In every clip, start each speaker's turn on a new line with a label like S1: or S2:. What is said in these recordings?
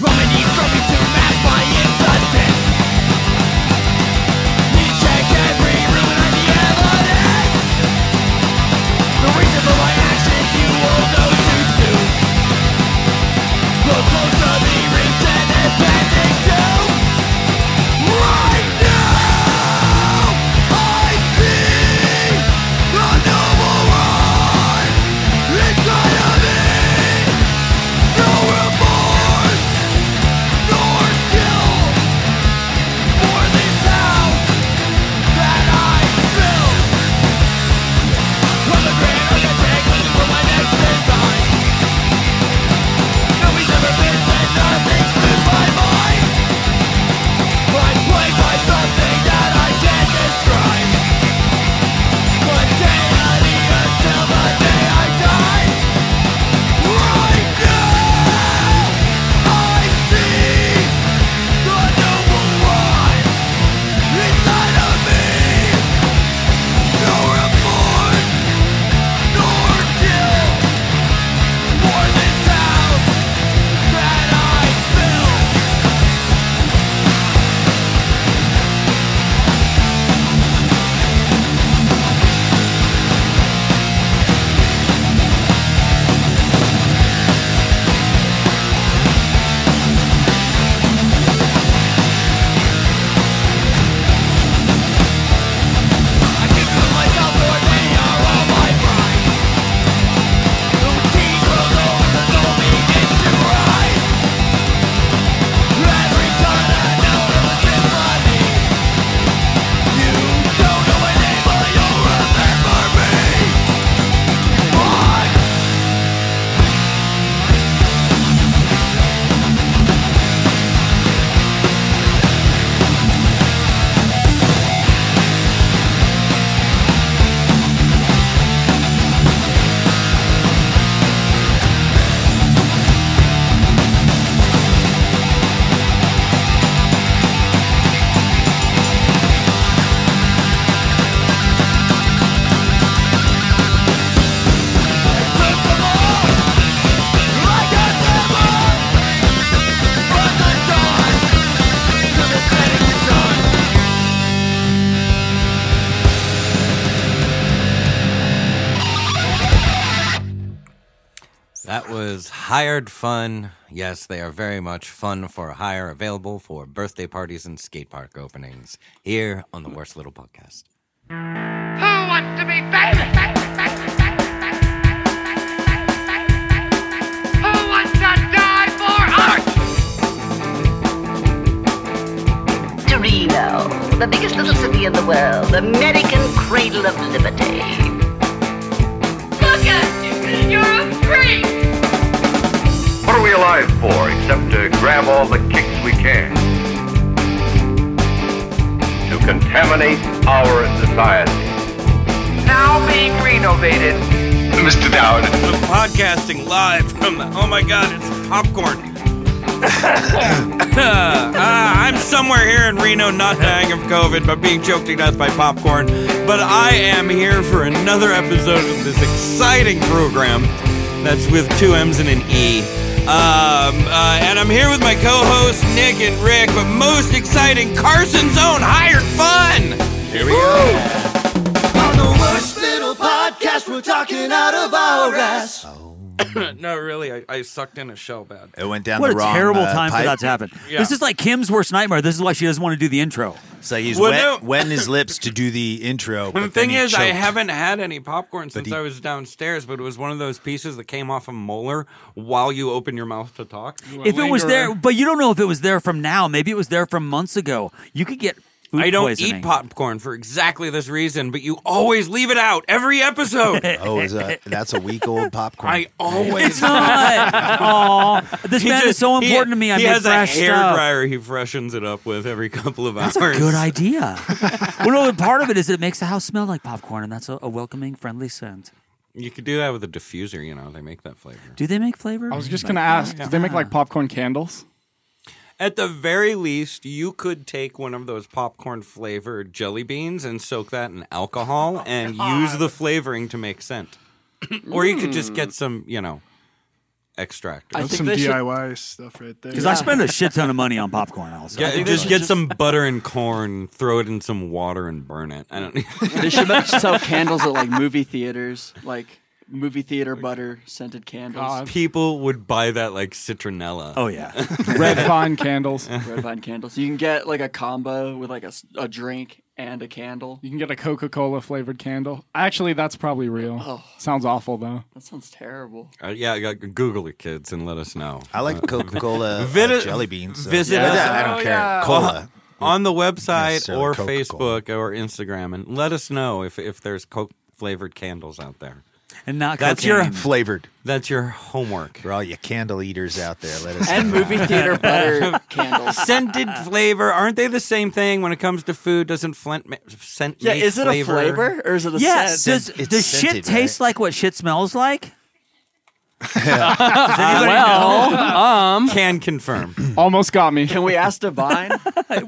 S1: Romany broken to mass by injustice. We check every room and the evidence. The reason for my actions you all know too soon. The closer the reach and it's bending to. Right now, I see the noble one inside of me. No remorse, nor guilt for this house that I built. From the grand architect looking for my next design. Nobody's ever been said, nothing's moved my mind. I'm plagued by something that I can't describe. One day I need until the day I die. Right now, I see the noble one inside of me. No remorse, nor guilt for this house that I built. I can kill myself or they are all my pride. No teeth will know the door begins to rise. Every time I know it was meant for me. You don't know my name, but you'll remember me. Fuck. Took them all like a devil. From the dawn to the setting sun.
S2: That was Hired Fun. Yes, they are very much fun for hire, available for birthday parties and skate park openings here on the Worst Little Podcast.
S3: Who wants to be famous? Who wants to die for art?
S4: Torino, the biggest little city in the world, American cradle of liberty.
S3: Look at you, you're a freak.
S5: What are we alive for except to grab all the kicks we can? To contaminate our society. Now being renovated. Mr. Dowd.
S6: Podcasting live from the. Oh my god, it's popcorn. Ah, I'm somewhere here in Reno, not dying of COVID, but being choked to death by popcorn. But I am here for another episode of this exciting program that's with two M's and an E. Um, uh, and I'm here with my co hosts, Nick and Rick, but most exciting, Carson's own hired fun!
S7: Here we go.
S1: On the worst little podcast, we're talking out of our ass.
S6: no, really, I, I sucked in a shell bad.
S7: It went down
S8: What
S7: the
S8: a
S7: wrong
S8: terrible
S7: uh,
S8: time
S7: pipe.
S8: for that to happen.
S6: Yeah.
S8: This is like Kim's worst nightmare. This is why she doesn't want to do the intro.
S7: So he's
S6: Well,
S7: wet,
S6: no.
S7: wetting his lips to do the intro.
S6: Well, the
S7: but then
S6: thing
S7: he
S6: is, I
S7: choked.
S6: haven't had any popcorn since
S7: he-
S6: I was downstairs, but it was one of those pieces that came off a molar while you open your mouth to talk.
S8: If it was there, but you don't know if it was there from now. Maybe it was there from months ago. You could get food
S6: I don't
S8: poisoning.
S6: eat popcorn for exactly this reason, but you always leave it out every episode.
S7: Oh, is that, that's a week old popcorn.
S6: I always.
S8: It's not. Aw, this
S6: He
S8: man is
S6: just-
S8: so
S6: he-
S8: important to me. I
S6: he
S8: make
S6: has
S8: fresh
S6: a hair
S8: stuff.
S6: dryer. He freshens it up with every couple of
S8: That's
S6: hours.
S8: a good idea. well, no, and part of it is it makes the house smell like popcorn, and that's a, a welcoming, friendly scent.
S6: You could do that with a diffuser. You know, they make that flavor.
S8: Do they make flavor?
S9: I was just gonna ask, do they make
S1: Ah.
S9: like popcorn candles?
S6: At the very least, you could take one of those popcorn flavored jelly beans and soak that in alcohol
S1: Oh,
S6: and use the flavoring to make scent. or you could just get some, you know,
S10: extract.
S1: Mm. I
S9: That's
S1: think
S9: some
S1: they should-
S9: DIY stuff right there.
S8: Because I spend a shit ton of money on popcorn. Also,
S6: Get-
S1: think they
S6: just
S1: should
S6: get
S1: just-
S6: some butter and corn, throw it in some water, and burn it. I don't.
S1: They should make sell candles at like movie theaters, like movie theater butter scented candles,
S9: God.
S6: People would buy that like citronella.
S8: oh yeah,
S9: Red Vine candles.
S1: red vine candles. You can get like a combo with like a, s- a drink and a candle.
S9: You can get a Coca Cola flavored candle. Actually, that's probably real.
S1: Oh.
S9: Sounds awful though.
S1: That sounds terrible.
S6: Uh, yeah, yeah, Google it, kids, and let us know.
S7: I like Coca Cola
S6: Vit-
S7: jelly beans. so-
S6: visit
S7: But
S6: us-
S7: that I don't
S9: Oh,
S7: care.
S9: yeah.
S7: Cola.
S6: Uh, on the website
S7: Necessarily
S6: or
S7: Coca-Cola.
S6: Facebook or Instagram, and let us know if if there's Coke flavored candles out there.
S8: and not
S6: That's
S8: cocaine.
S6: your-
S7: Flavored.
S6: That's your homework.
S7: For all you candle eaters out there, let us
S1: And
S7: know.
S1: movie theater butter candles.
S6: Scented flavor, aren't they the same thing when it comes to food? Doesn't flint ma- scent?
S1: Yeah,
S6: make
S1: is it
S6: flavor?
S1: a flavor or is it a
S8: Yeah,
S1: scent?
S8: does
S7: It's
S8: does
S7: scented,
S8: shit taste
S7: right?
S8: like what shit smells like?
S1: well, um,
S6: Can confirm.
S9: Almost got me.
S1: can we ask Divine?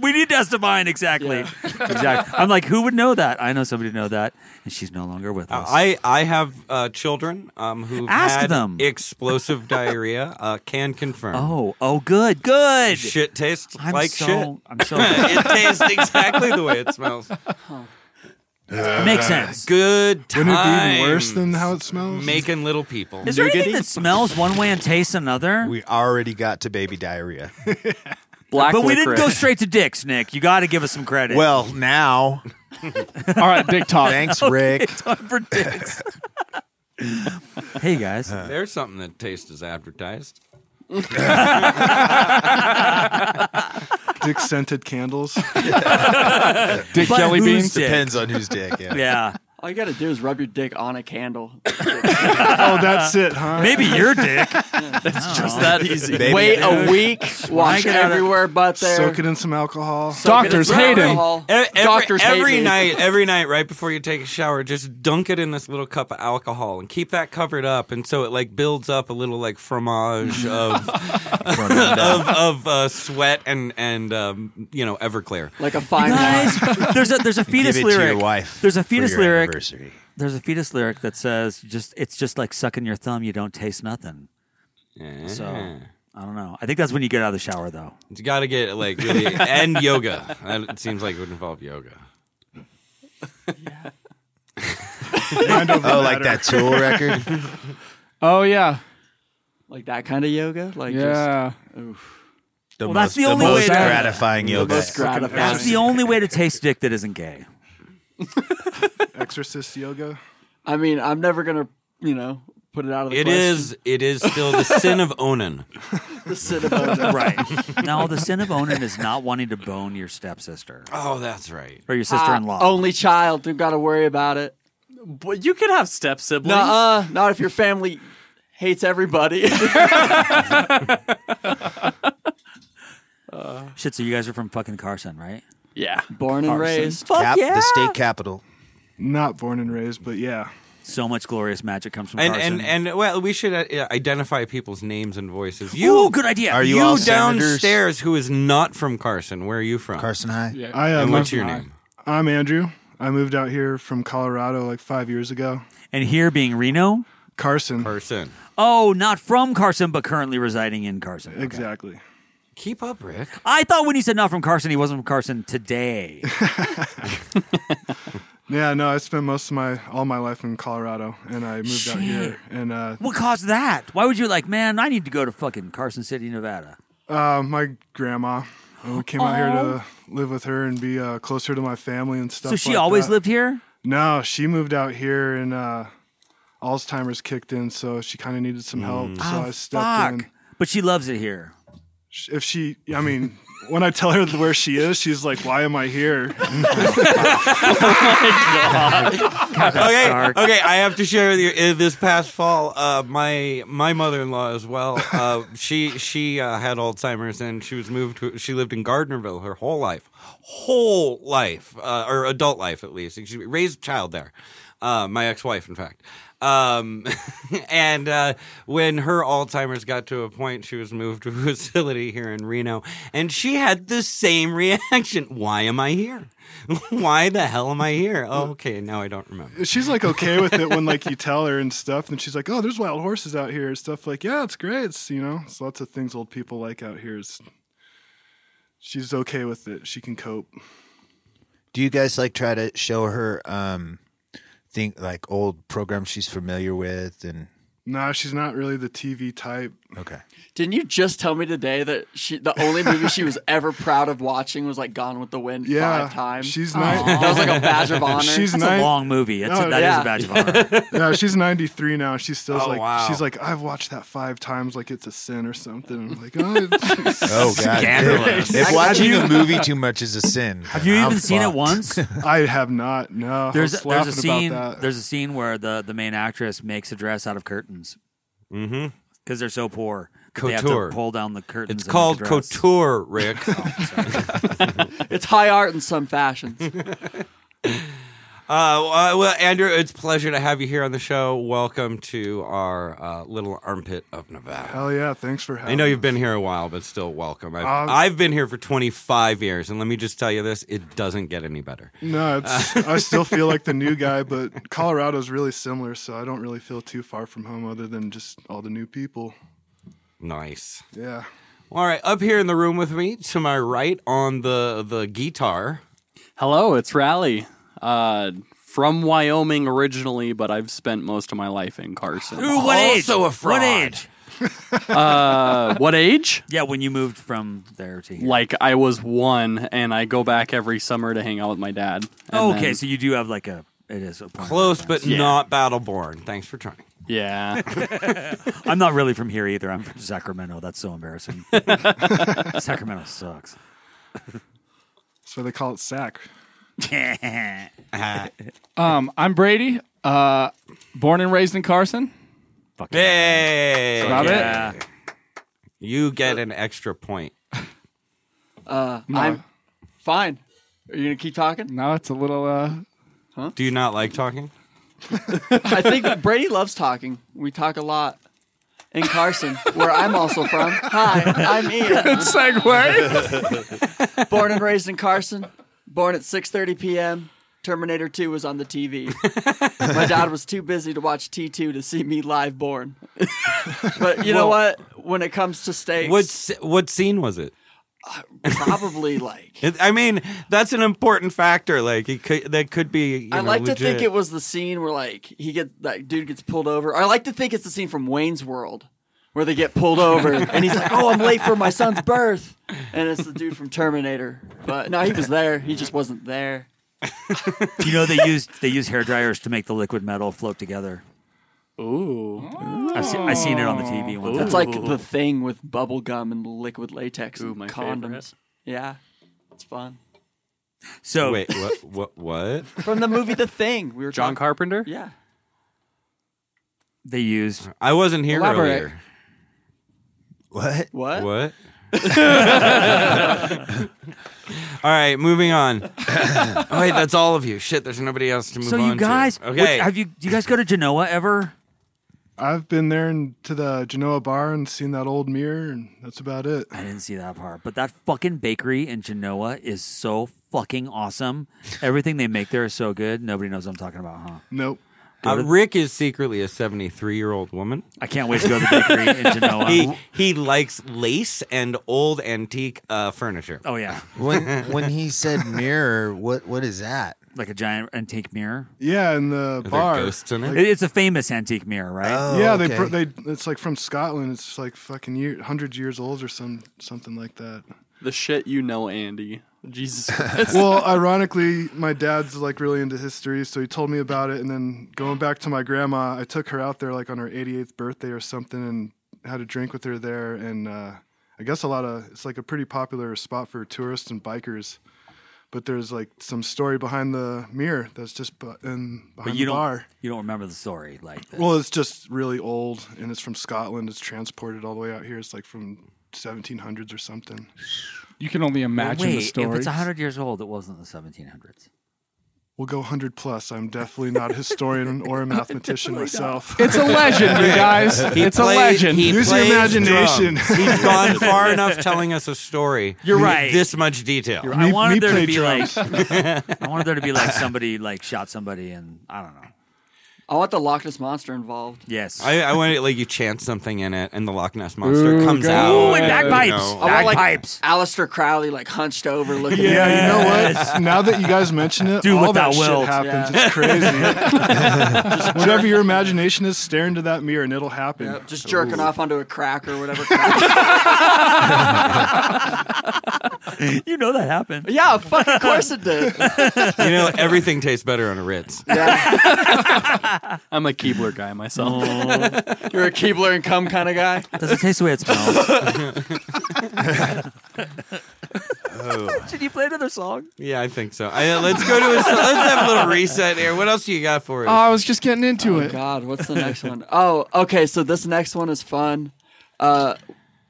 S8: we need us to mine exactly.
S1: Yeah.
S8: exactly. I'm like, who would know that? I know somebody who know that, and she's no longer with us.
S6: Uh, I I have uh, children um, who
S8: Ask
S6: had
S8: them.
S6: explosive diarrhea. Uh, can confirm.
S8: oh, oh, good, good.
S6: shit tastes
S8: I'm
S6: like
S8: so,
S6: shit.
S8: I'm so.
S6: it tastes exactly the way it smells.
S8: makes sense.
S6: Good time.
S9: Wouldn't it be even worse than how it smells?
S6: making little people?
S8: Is there anything
S7: nougaty?
S8: that smells one way and tastes another?
S7: We already got to baby diarrhea.
S1: Black
S8: but we didn't go
S1: licorice.
S8: straight to dicks, Nick. You got to give us some credit.
S7: Well, now,
S9: All right, Dick Talk.
S7: thanks, Rick.
S8: time for dicks. hey guys,
S6: There's something that tastes as advertised.
S9: Dick scented candles. Dick
S8: But
S9: jelly
S8: who's
S9: beans.
S8: dick?
S7: Depends on whose dick. Yeah.
S8: Yeah,
S1: All you gotta do is rub your dick on a candle.
S9: Oh, that's it, huh?
S8: maybe your dick. Oh.
S1: It's just that easy.
S7: Baby
S1: Wait
S7: dick.
S1: a week. Wash
S8: it out of-
S1: everywhere but there.
S9: Soak it in some alcohol.
S1: Soak it in
S9: Doctors
S1: some
S9: hate him.
S1: alcohol.
S6: E- Every,
S1: Doctors hate
S6: every
S1: me.
S6: night, every night, right before you take a shower, just dunk it in this little cup of alcohol and keep that covered up, and so it like builds up a little like fromage of of, of uh, sweat and and um, you know Everclear.
S1: Like a fine wine.
S8: guys, there's a there's a fetus
S7: Give it
S8: lyric.
S7: to your wife.
S8: There's a
S7: for
S8: fetus
S7: your
S8: lyric.
S7: anniversary.
S8: There's a fetus lyric that says just it's just like sucking your thumb. You don't taste nothing. So I don't know. I think that's when you get out of the shower though.
S6: You got to get like really, and yoga. That it seems like it would involve yoga.
S7: Oh, like that Tool record?
S9: Oh yeah,
S1: Like that kind of yoga. Like just
S9: yeah.
S7: The
S8: Well,
S7: most,
S8: that's the only
S7: most
S8: way to-
S7: gratifying yoga.
S1: most gratifying.
S8: That's the only way to taste dick that isn't gay.
S9: Exorcist yoga.
S1: I mean, I'm never gonna, you know, put it out of the
S6: It
S1: question.
S6: is. It is still the sin of Onan.
S1: the cinema.
S8: Right. no, the sin of Onan is not wanting to bone your stepsister
S6: Oh, that's right.
S8: or your
S1: Ah.
S8: sister-in-law.
S1: only child. We've got to worry about it.
S11: But you could have step siblings.
S1: Nuh-uh, not if your family hates everybody.
S8: Shit, so you guys are from fucking Carson, right?
S11: yeah.
S1: Born and raised.
S8: Fuck
S7: Cap-
S8: yeah.
S7: The state capital.
S9: Not born and raised, but yeah.
S8: So much glorious magic comes from
S6: And
S8: Carson.
S6: and and well, we should uh, identify people's names and voices.
S8: Ooh,
S6: You
S8: good idea.
S7: Are you,
S6: you
S7: all
S6: downstairs
S7: senators?
S6: who is not from Carson. Where are you from?
S7: Carson High? Yeah.
S9: I, uh,
S6: And what's
S9: moved-
S6: your name?
S9: I'm Andrew. I moved out here from Colorado like five years ago.
S8: and here being Reno?
S9: Carson.
S6: Carson.
S8: Oh, not from Carson, but currently residing in Carson. Okay.
S9: Exactly.
S6: Keep up, Rick.
S8: I thought when he said not from Carson, he wasn't from Carson today.
S9: Yeah, no, I spent most of my all my life in Colorado, and I moved out
S8: Shit.
S9: here. And uh,
S8: what caused that? Why would you like, man, I need to go to fucking Carson City, Nevada?
S9: uh, my grandma, and we came out here to live with her and be uh, closer to my family and stuff.
S8: so she
S9: like
S8: always
S9: that.
S8: lived here?
S9: No, she moved out here, and uh, Alzheimer's kicked in, so she kind of needed some help. So I stepped
S8: Oh, Fuck.
S9: in.
S8: But she loves it here.
S9: Sh- If she, I mean, when I tell her where she is, she's like, "Why am I here?"
S6: okay,
S8: dark.
S6: okay. I have to share with you. uh, This past fall, uh, my my mother in law as well. Uh, she she uh, had Alzheimer's and she was moved. to She lived in Gardnerville her whole life, whole life, uh, or adult life at least. and She raised a child there. uh, my ex-wife, in fact. Um, and uh, when her Alzheimer's got to a point, she was moved to a facility here in Reno, and she had the same reaction: "Why am I here? Why the hell am I here? Oh, okay, now I don't remember."
S9: She's like okay with it when like you tell her and stuff, and she's like, "Oh, there's wild horses out here and stuff." Like, yeah, it's great. It's you know, it's lots of things old people like out here. It's, she's okay with it. She can cope.
S7: Do you guys like try to show her um think like old programs she's familiar with and
S9: No, she's not really the TV type.
S7: Okay.
S1: Didn't you just tell me today that she the only movie she was ever proud of watching was like Gone with the Wind
S9: Yeah,
S1: five times?
S9: she's
S1: Aw.
S9: nine-
S1: That was like a badge of honor.
S9: She's nine- No, no, she's 93 now. She's still
S1: Oh,
S9: like,
S1: wow.
S9: she's like, I've watched that five times, like it's a sin or something. I'm like, oh, it's-
S7: Oh god. If, if watching a movie too much is a sin.
S8: Have you
S7: then
S8: even
S7: I'm
S8: seen it
S7: fucked.
S8: once?
S9: I have not. No,
S8: There's
S9: I was
S8: a, there's a
S9: laughing about
S8: scene.
S9: that.
S8: There's a scene where the the main actress makes a dress out of curtains. Mm-hmm. Because they're so poor, that they have to
S6: Couture.
S8: pull down the curtains.
S6: It's called couture, Rick.
S1: it's high art in some fashions.
S6: Uh, well, Andrew, it's a pleasure to have you here on the show. Welcome to our uh, little armpit of Nevada.
S9: Hell Oh, yeah! Thanks for having.
S6: I know you've been here a while, but still welcome. I've,
S9: Um,
S6: I've been here for 25 years, and let me just tell you this it doesn't get any better.
S9: No, it's, I still feel like the new guy, but Colorado's really similar, so I don't really feel too far from home, other than just all the new people.
S6: Nice.
S9: Yeah.
S6: All right, up here in the room with me, to my right on the, the guitar.
S12: Hello, it's Rally. Uh, from Wyoming originally, but I've spent most of my life in Carson.
S6: also a fraud.
S8: What age?
S12: uh, what age?
S8: Yeah, when you moved from there to here.
S12: Like I was one, and I go back every summer to hang out with my dad.
S8: Oh, okay, so you do have like a. It is a point
S6: Close, but
S12: Yeah.
S6: not Battleborn. Thanks for trying.
S12: yeah.
S8: I'm not really from here either. I'm from Sacramento. That's so embarrassing. Sacramento sucks.
S9: That's why they call it sack.
S13: Um, I'm Brady, uh, born and raised in Carson.
S6: Hey!
S13: That's about it. Yeah.
S6: You get an extra point.
S1: Uh, I'm fine. Are you gonna keep talking?
S13: No, it's a little. Uh,
S6: Do you not like talking?
S1: I think that Brady loves talking. We talk a lot in Carson, where I'm also from. Hi, I'm Ian.
S13: Good segue.
S1: born and raised in Carson. Born at 6:30 p.m. Terminator 2 was on the TV. My dad was too busy to watch T2 to see me live born. but you know what? When it comes to stakes,
S6: What, s- what scene was it?
S1: probably like
S6: It- I mean, that's an important factor. Like, it could, that could be. You
S1: I
S6: know,
S1: like to think
S6: legit.
S1: it was the scene where like he get that dude gets pulled over. I like to think it's the scene from Wayne's World where they get pulled over and he's like, "Oh, I'm late for my son's birth," and it's the dude from Terminator. But no, he was there. He just wasn't there.
S8: You know they used they use hair dryers to make the liquid metal float together.
S12: Ooh,
S8: I've, se- I seen it on the TV one time.
S1: That's like the thing with bubble gum and liquid latex
S12: Ooh,
S1: and
S12: my
S1: condoms.
S12: favorite.
S1: Yeah, it's fun.
S8: So
S6: wait, what? What? What?
S1: From the movie The Thing, we were
S12: John
S1: talking-
S12: Carpenter.
S1: Yeah,
S8: They used.
S6: I wasn't here
S1: Elaborate.
S6: earlier.
S1: What?
S7: What?
S6: What? all right, moving on. oh, wait, that's all of you. Shit, there's nobody else to move
S8: So
S6: on
S8: you guys,
S6: to. Okay.
S8: what- have you do you guys go to Genoa ever?
S9: I've been there and to the Genoa bar and seen that old mirror, and that's about it.
S8: I didn't see that part, but that fucking bakery in Genoa is so fucking awesome. Everything they make there is so good. Nobody knows what I'm talking about, huh?
S9: Nope.
S6: Uh, Rick is secretly a 73 year old woman.
S8: I can't wait to go to the bakery in Genoa.
S6: He, he likes lace and old antique uh, furniture.
S8: Oh yeah,
S7: when when he said mirror, what what is that?
S8: like a giant antique mirror.
S9: Yeah, in the bar. Like,
S8: It- It's a famous antique mirror, right?
S9: yeah, they br they it's like from Scotland. It's like fucking year, hundred years old or some something like that.
S12: The shit you know, Andy. Jesus Christ.
S9: well, ironically, my dad's like really into history, so he told me about it. And then going back to my grandma, I took her out there like on her 88th birthday or something, and had a drink with her there. And uh, I guess a lot of it's like a pretty popular spot for tourists and bikers. But there's like some story behind the mirror that's just bu- in behind
S8: but you
S9: the
S8: don't
S9: bar.
S8: you don't remember the story like that.
S9: Well, it's just really old, and it's from Scotland. It's transported all the way out here. It's like from 1700s or something.
S13: You can only imagine
S8: Wait,
S13: the story.
S8: if it's hundred years old, it wasn't the 1700s.
S3: We'll go 100 plus. I'm definitely not a historian or a mathematician myself.
S14: It's a legend, you guys.
S6: He
S14: it's a
S6: played-
S14: legend.
S6: he
S3: Use your
S6: plays
S3: imagination.
S6: drums. He's gone far enough telling us a story.
S8: You're
S6: with
S8: right.
S6: This much detail.
S8: You're right. I wanted there to be like I wanted there to be like somebody like shot somebody and I don't know.
S9: I want the Loch Ness monster involved.
S8: Yes.
S6: I, I want it like you chant something in it, and the Loch Ness monster
S9: Ooh,
S6: comes
S9: go
S6: out.
S9: Ooh, and
S6: you
S9: bagpipes.
S6: know.
S9: I want like Alistair Crowley like hunched over looking.
S3: Yeah, you know what? Now that you guys mention it,
S9: Do
S3: all
S9: what
S3: that
S9: thou
S3: shit
S9: wilt.
S3: happens.
S9: Yeah.
S3: It's crazy. Whatever your imagination is, stare into that mirror and it'll happen.
S9: Yep, just jerking
S3: Ooh.
S9: off onto a crack or whatever.
S8: you know that happened.
S9: Yeah, fuck, of course it did.
S6: You know, everything tastes better on a Ritz.
S15: I'm a Keebler guy myself.
S9: Oh. You're a Keebler and cum kind of guy.
S8: Does it taste the way it smells?
S9: Should you play another song?
S6: Yeah, I think so. I, uh, let's go to a, let's have a little reset here. What else you got for us?
S14: Oh, I was just getting into it.
S9: God, what's the next one? Oh, okay. So this next one is fun. Uh,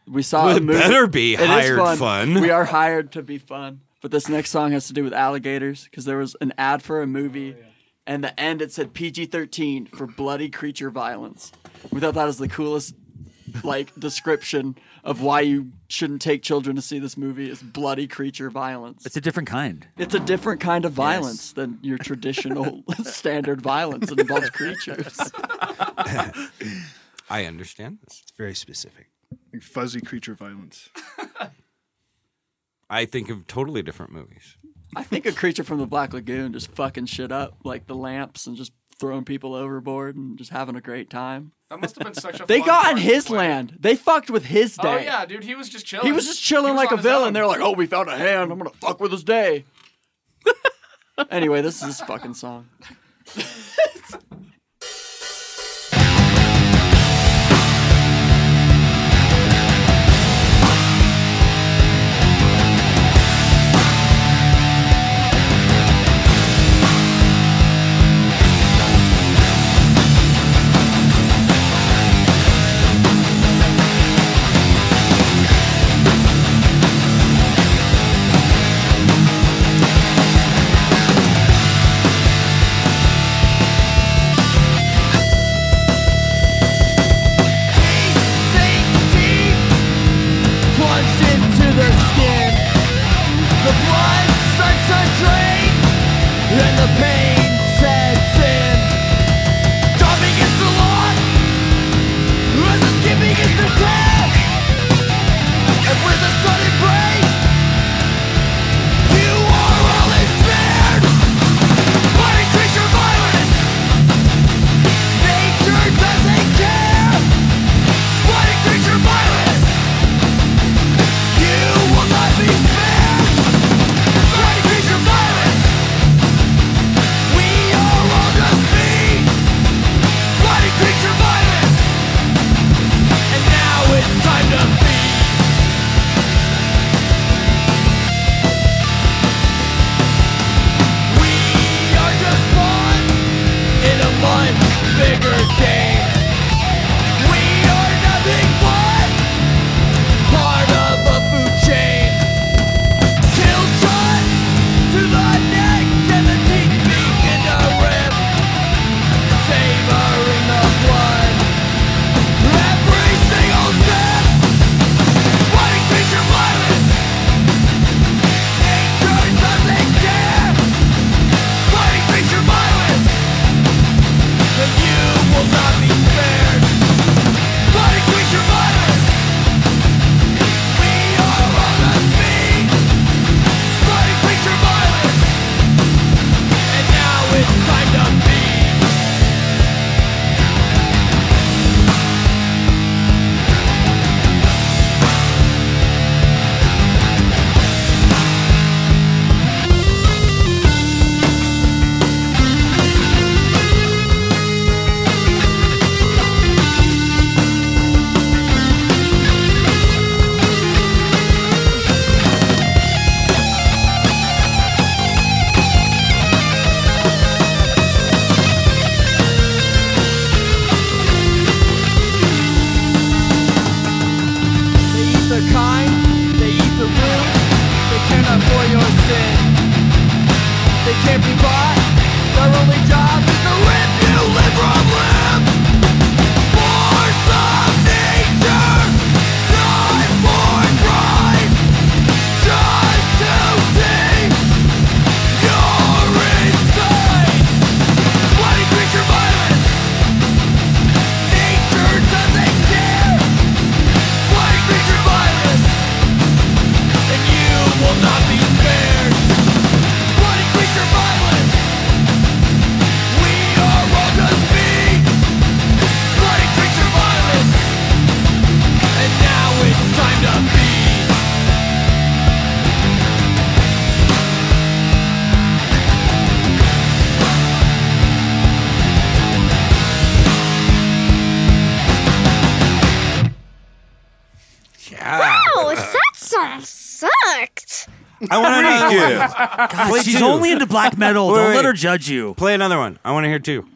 S9: we saw
S6: Well,
S9: a
S6: it
S9: movie.
S6: better be
S9: It is
S6: hired fun.
S9: We are hired to be fun. But this next song has to do with alligators because there was an ad for a
S14: Oh,
S9: movie, and the end it said PG thirteen for bloody creature violence. We thought that was the coolest, like description of why you shouldn't take children to see this movie is bloody creature violence.
S8: It's a different kind.
S9: It's a different kind of violence than your traditional standard violence that involves creatures.
S6: I understand this.
S7: Very specific.
S3: Fuzzy creature violence.
S6: I think of totally different movies.
S9: I think a creature from the Black Lagoon just fucking shit up, like the lamps, and just throwing people overboard and just having a great time.
S14: That must have been such a
S9: They
S14: fun
S9: got
S14: part
S9: on
S14: to
S9: his
S14: play.
S9: land. They fucked with his
S14: Oh
S9: day.
S14: yeah, dude, he was just chilling.
S9: He was just chilling
S14: He was
S9: like
S14: on
S9: a
S14: his
S9: villain.
S14: own.
S9: They're like, oh, we found a hand. I'm going to fuck with his day. anyway, this is his fucking song.
S1: plunged into their skin. The blood starts to drain, and the pain sets in. Dropping is the lot, as the skipping is the death. And with a sudden break, you are all ensnared. Body creature violence, nature doesn't care. Body creature violence. You will not be spared. Fighting creature violence. We are all just me. Fighting creature violence. And now it's time to feed. We are just one in a much bigger game. We are nothing but part of a food chain. Kill shot to the neck and the teeth begin to rip, savoring the blood. Every single step, fighting creature violence. Nature doesn't care. Fighting creature violence, and you will not be spared. Fighting creature violence. They eat their kind, they eat the real, they cannot for your sin. They can't be bought,
S4: Wow, Oh, that song sucked.
S6: I want to know.
S1: God, she's only into black metal. Don't let her judge you.
S6: Play another one. I want to hear two.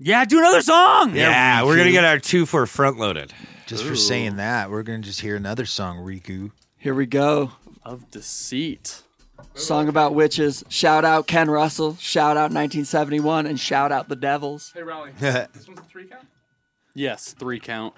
S1: Yeah, do another song.
S6: Yeah, we're gonna get our two for front loaded.
S7: Just for saying that, we're gonna just hear another song, Riku.
S9: Here we go.
S16: Of deceit.
S9: Song about witches. Shout out Ken Russell. Shout out 1971, and shout out the Devils.
S16: Hey, Raleigh.
S7: this
S16: one's a three count. Yes, three count.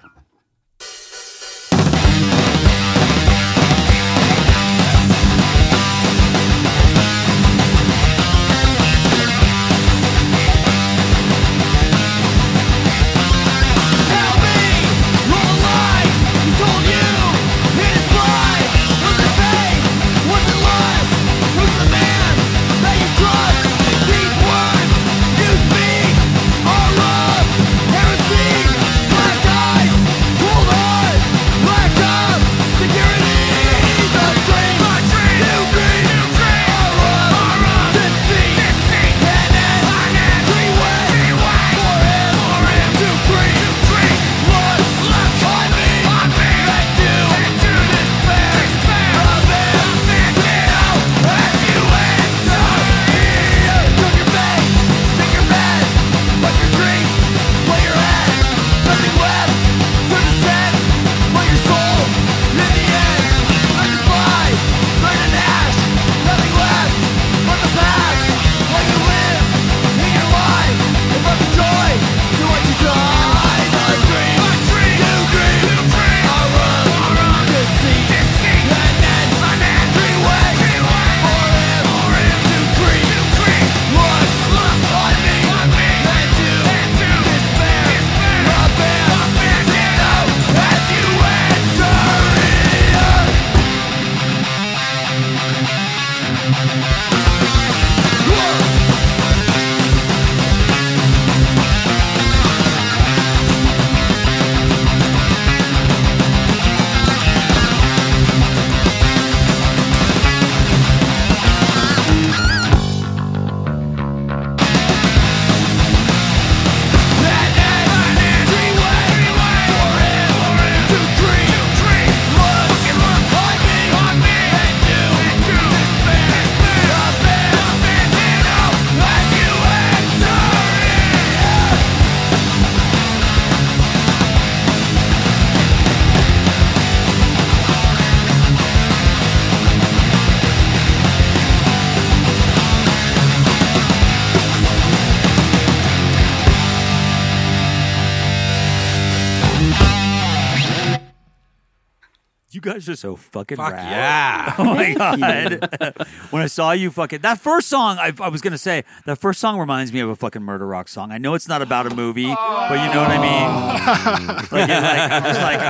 S1: You guys are so fucking
S6: Fuck
S1: rad.
S6: yeah.
S1: Oh my
S6: Thank you.
S1: god. when I saw you fucking that first song, I, I was gonna say that first song reminds me of a fucking murder rock song. I know it's not about a movie, but you know what I mean.
S6: Oh.
S1: like, you're like, I'm just like, oh,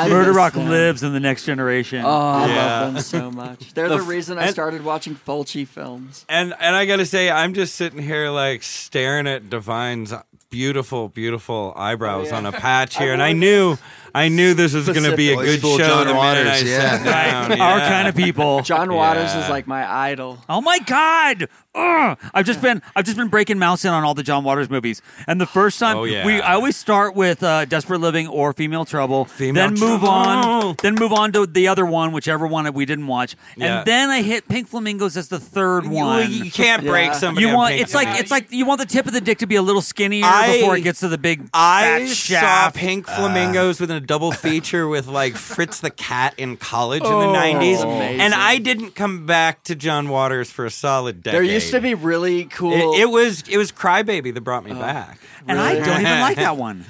S9: I
S1: murder
S9: miss
S1: rock
S9: them.
S1: lives in the next generation.
S9: Oh, I
S6: Yeah.
S9: love them so much. They're
S6: The
S9: the,
S6: f-
S9: reason I
S6: and-
S9: started watching Fulci films.
S6: And and I gotta say, I'm just sitting here like staring at Divine's beautiful, beautiful eyebrows on a patch here, and I knew, I knew this was gonna be a
S7: Specifically.
S6: good
S7: Full
S6: show.
S7: John
S6: the minute
S7: Waters,
S6: I
S7: yeah.
S6: sat down.
S1: Right. Our kind of people.
S9: John Waters is
S6: Yeah.
S9: like my idol.
S1: Oh my god! Ugh. I've just been I've just been breaking mouse in on all the John Waters movies. And the first time
S6: Oh, yeah.
S1: we I always start with uh, Desperate Living or Female Trouble,
S6: Female
S1: then move
S6: Trouble.
S1: on, then move on to the other one, whichever one that we didn't watch,
S6: Yeah.
S1: and then I hit Pink Flamingos as the third one.
S6: you can't break Yeah. somebody
S1: You
S6: on
S1: want
S6: Pink
S1: it's like
S6: Flamingos.
S1: it's like you want the tip of the dick to be a little skinnier
S6: I-
S1: before it gets to the big
S6: I
S1: fat
S6: saw
S1: shaft.
S6: Pink Flamingos within a double feature with like Fritz the Cat in college in
S9: Oh,
S6: the 90s.
S9: that's amazing.
S6: And I didn't come back to John Waters for a solid decade.
S9: There used to be really cool. Oh.
S6: It, it was it was Crybaby that brought me back.
S1: And I don't even like that one.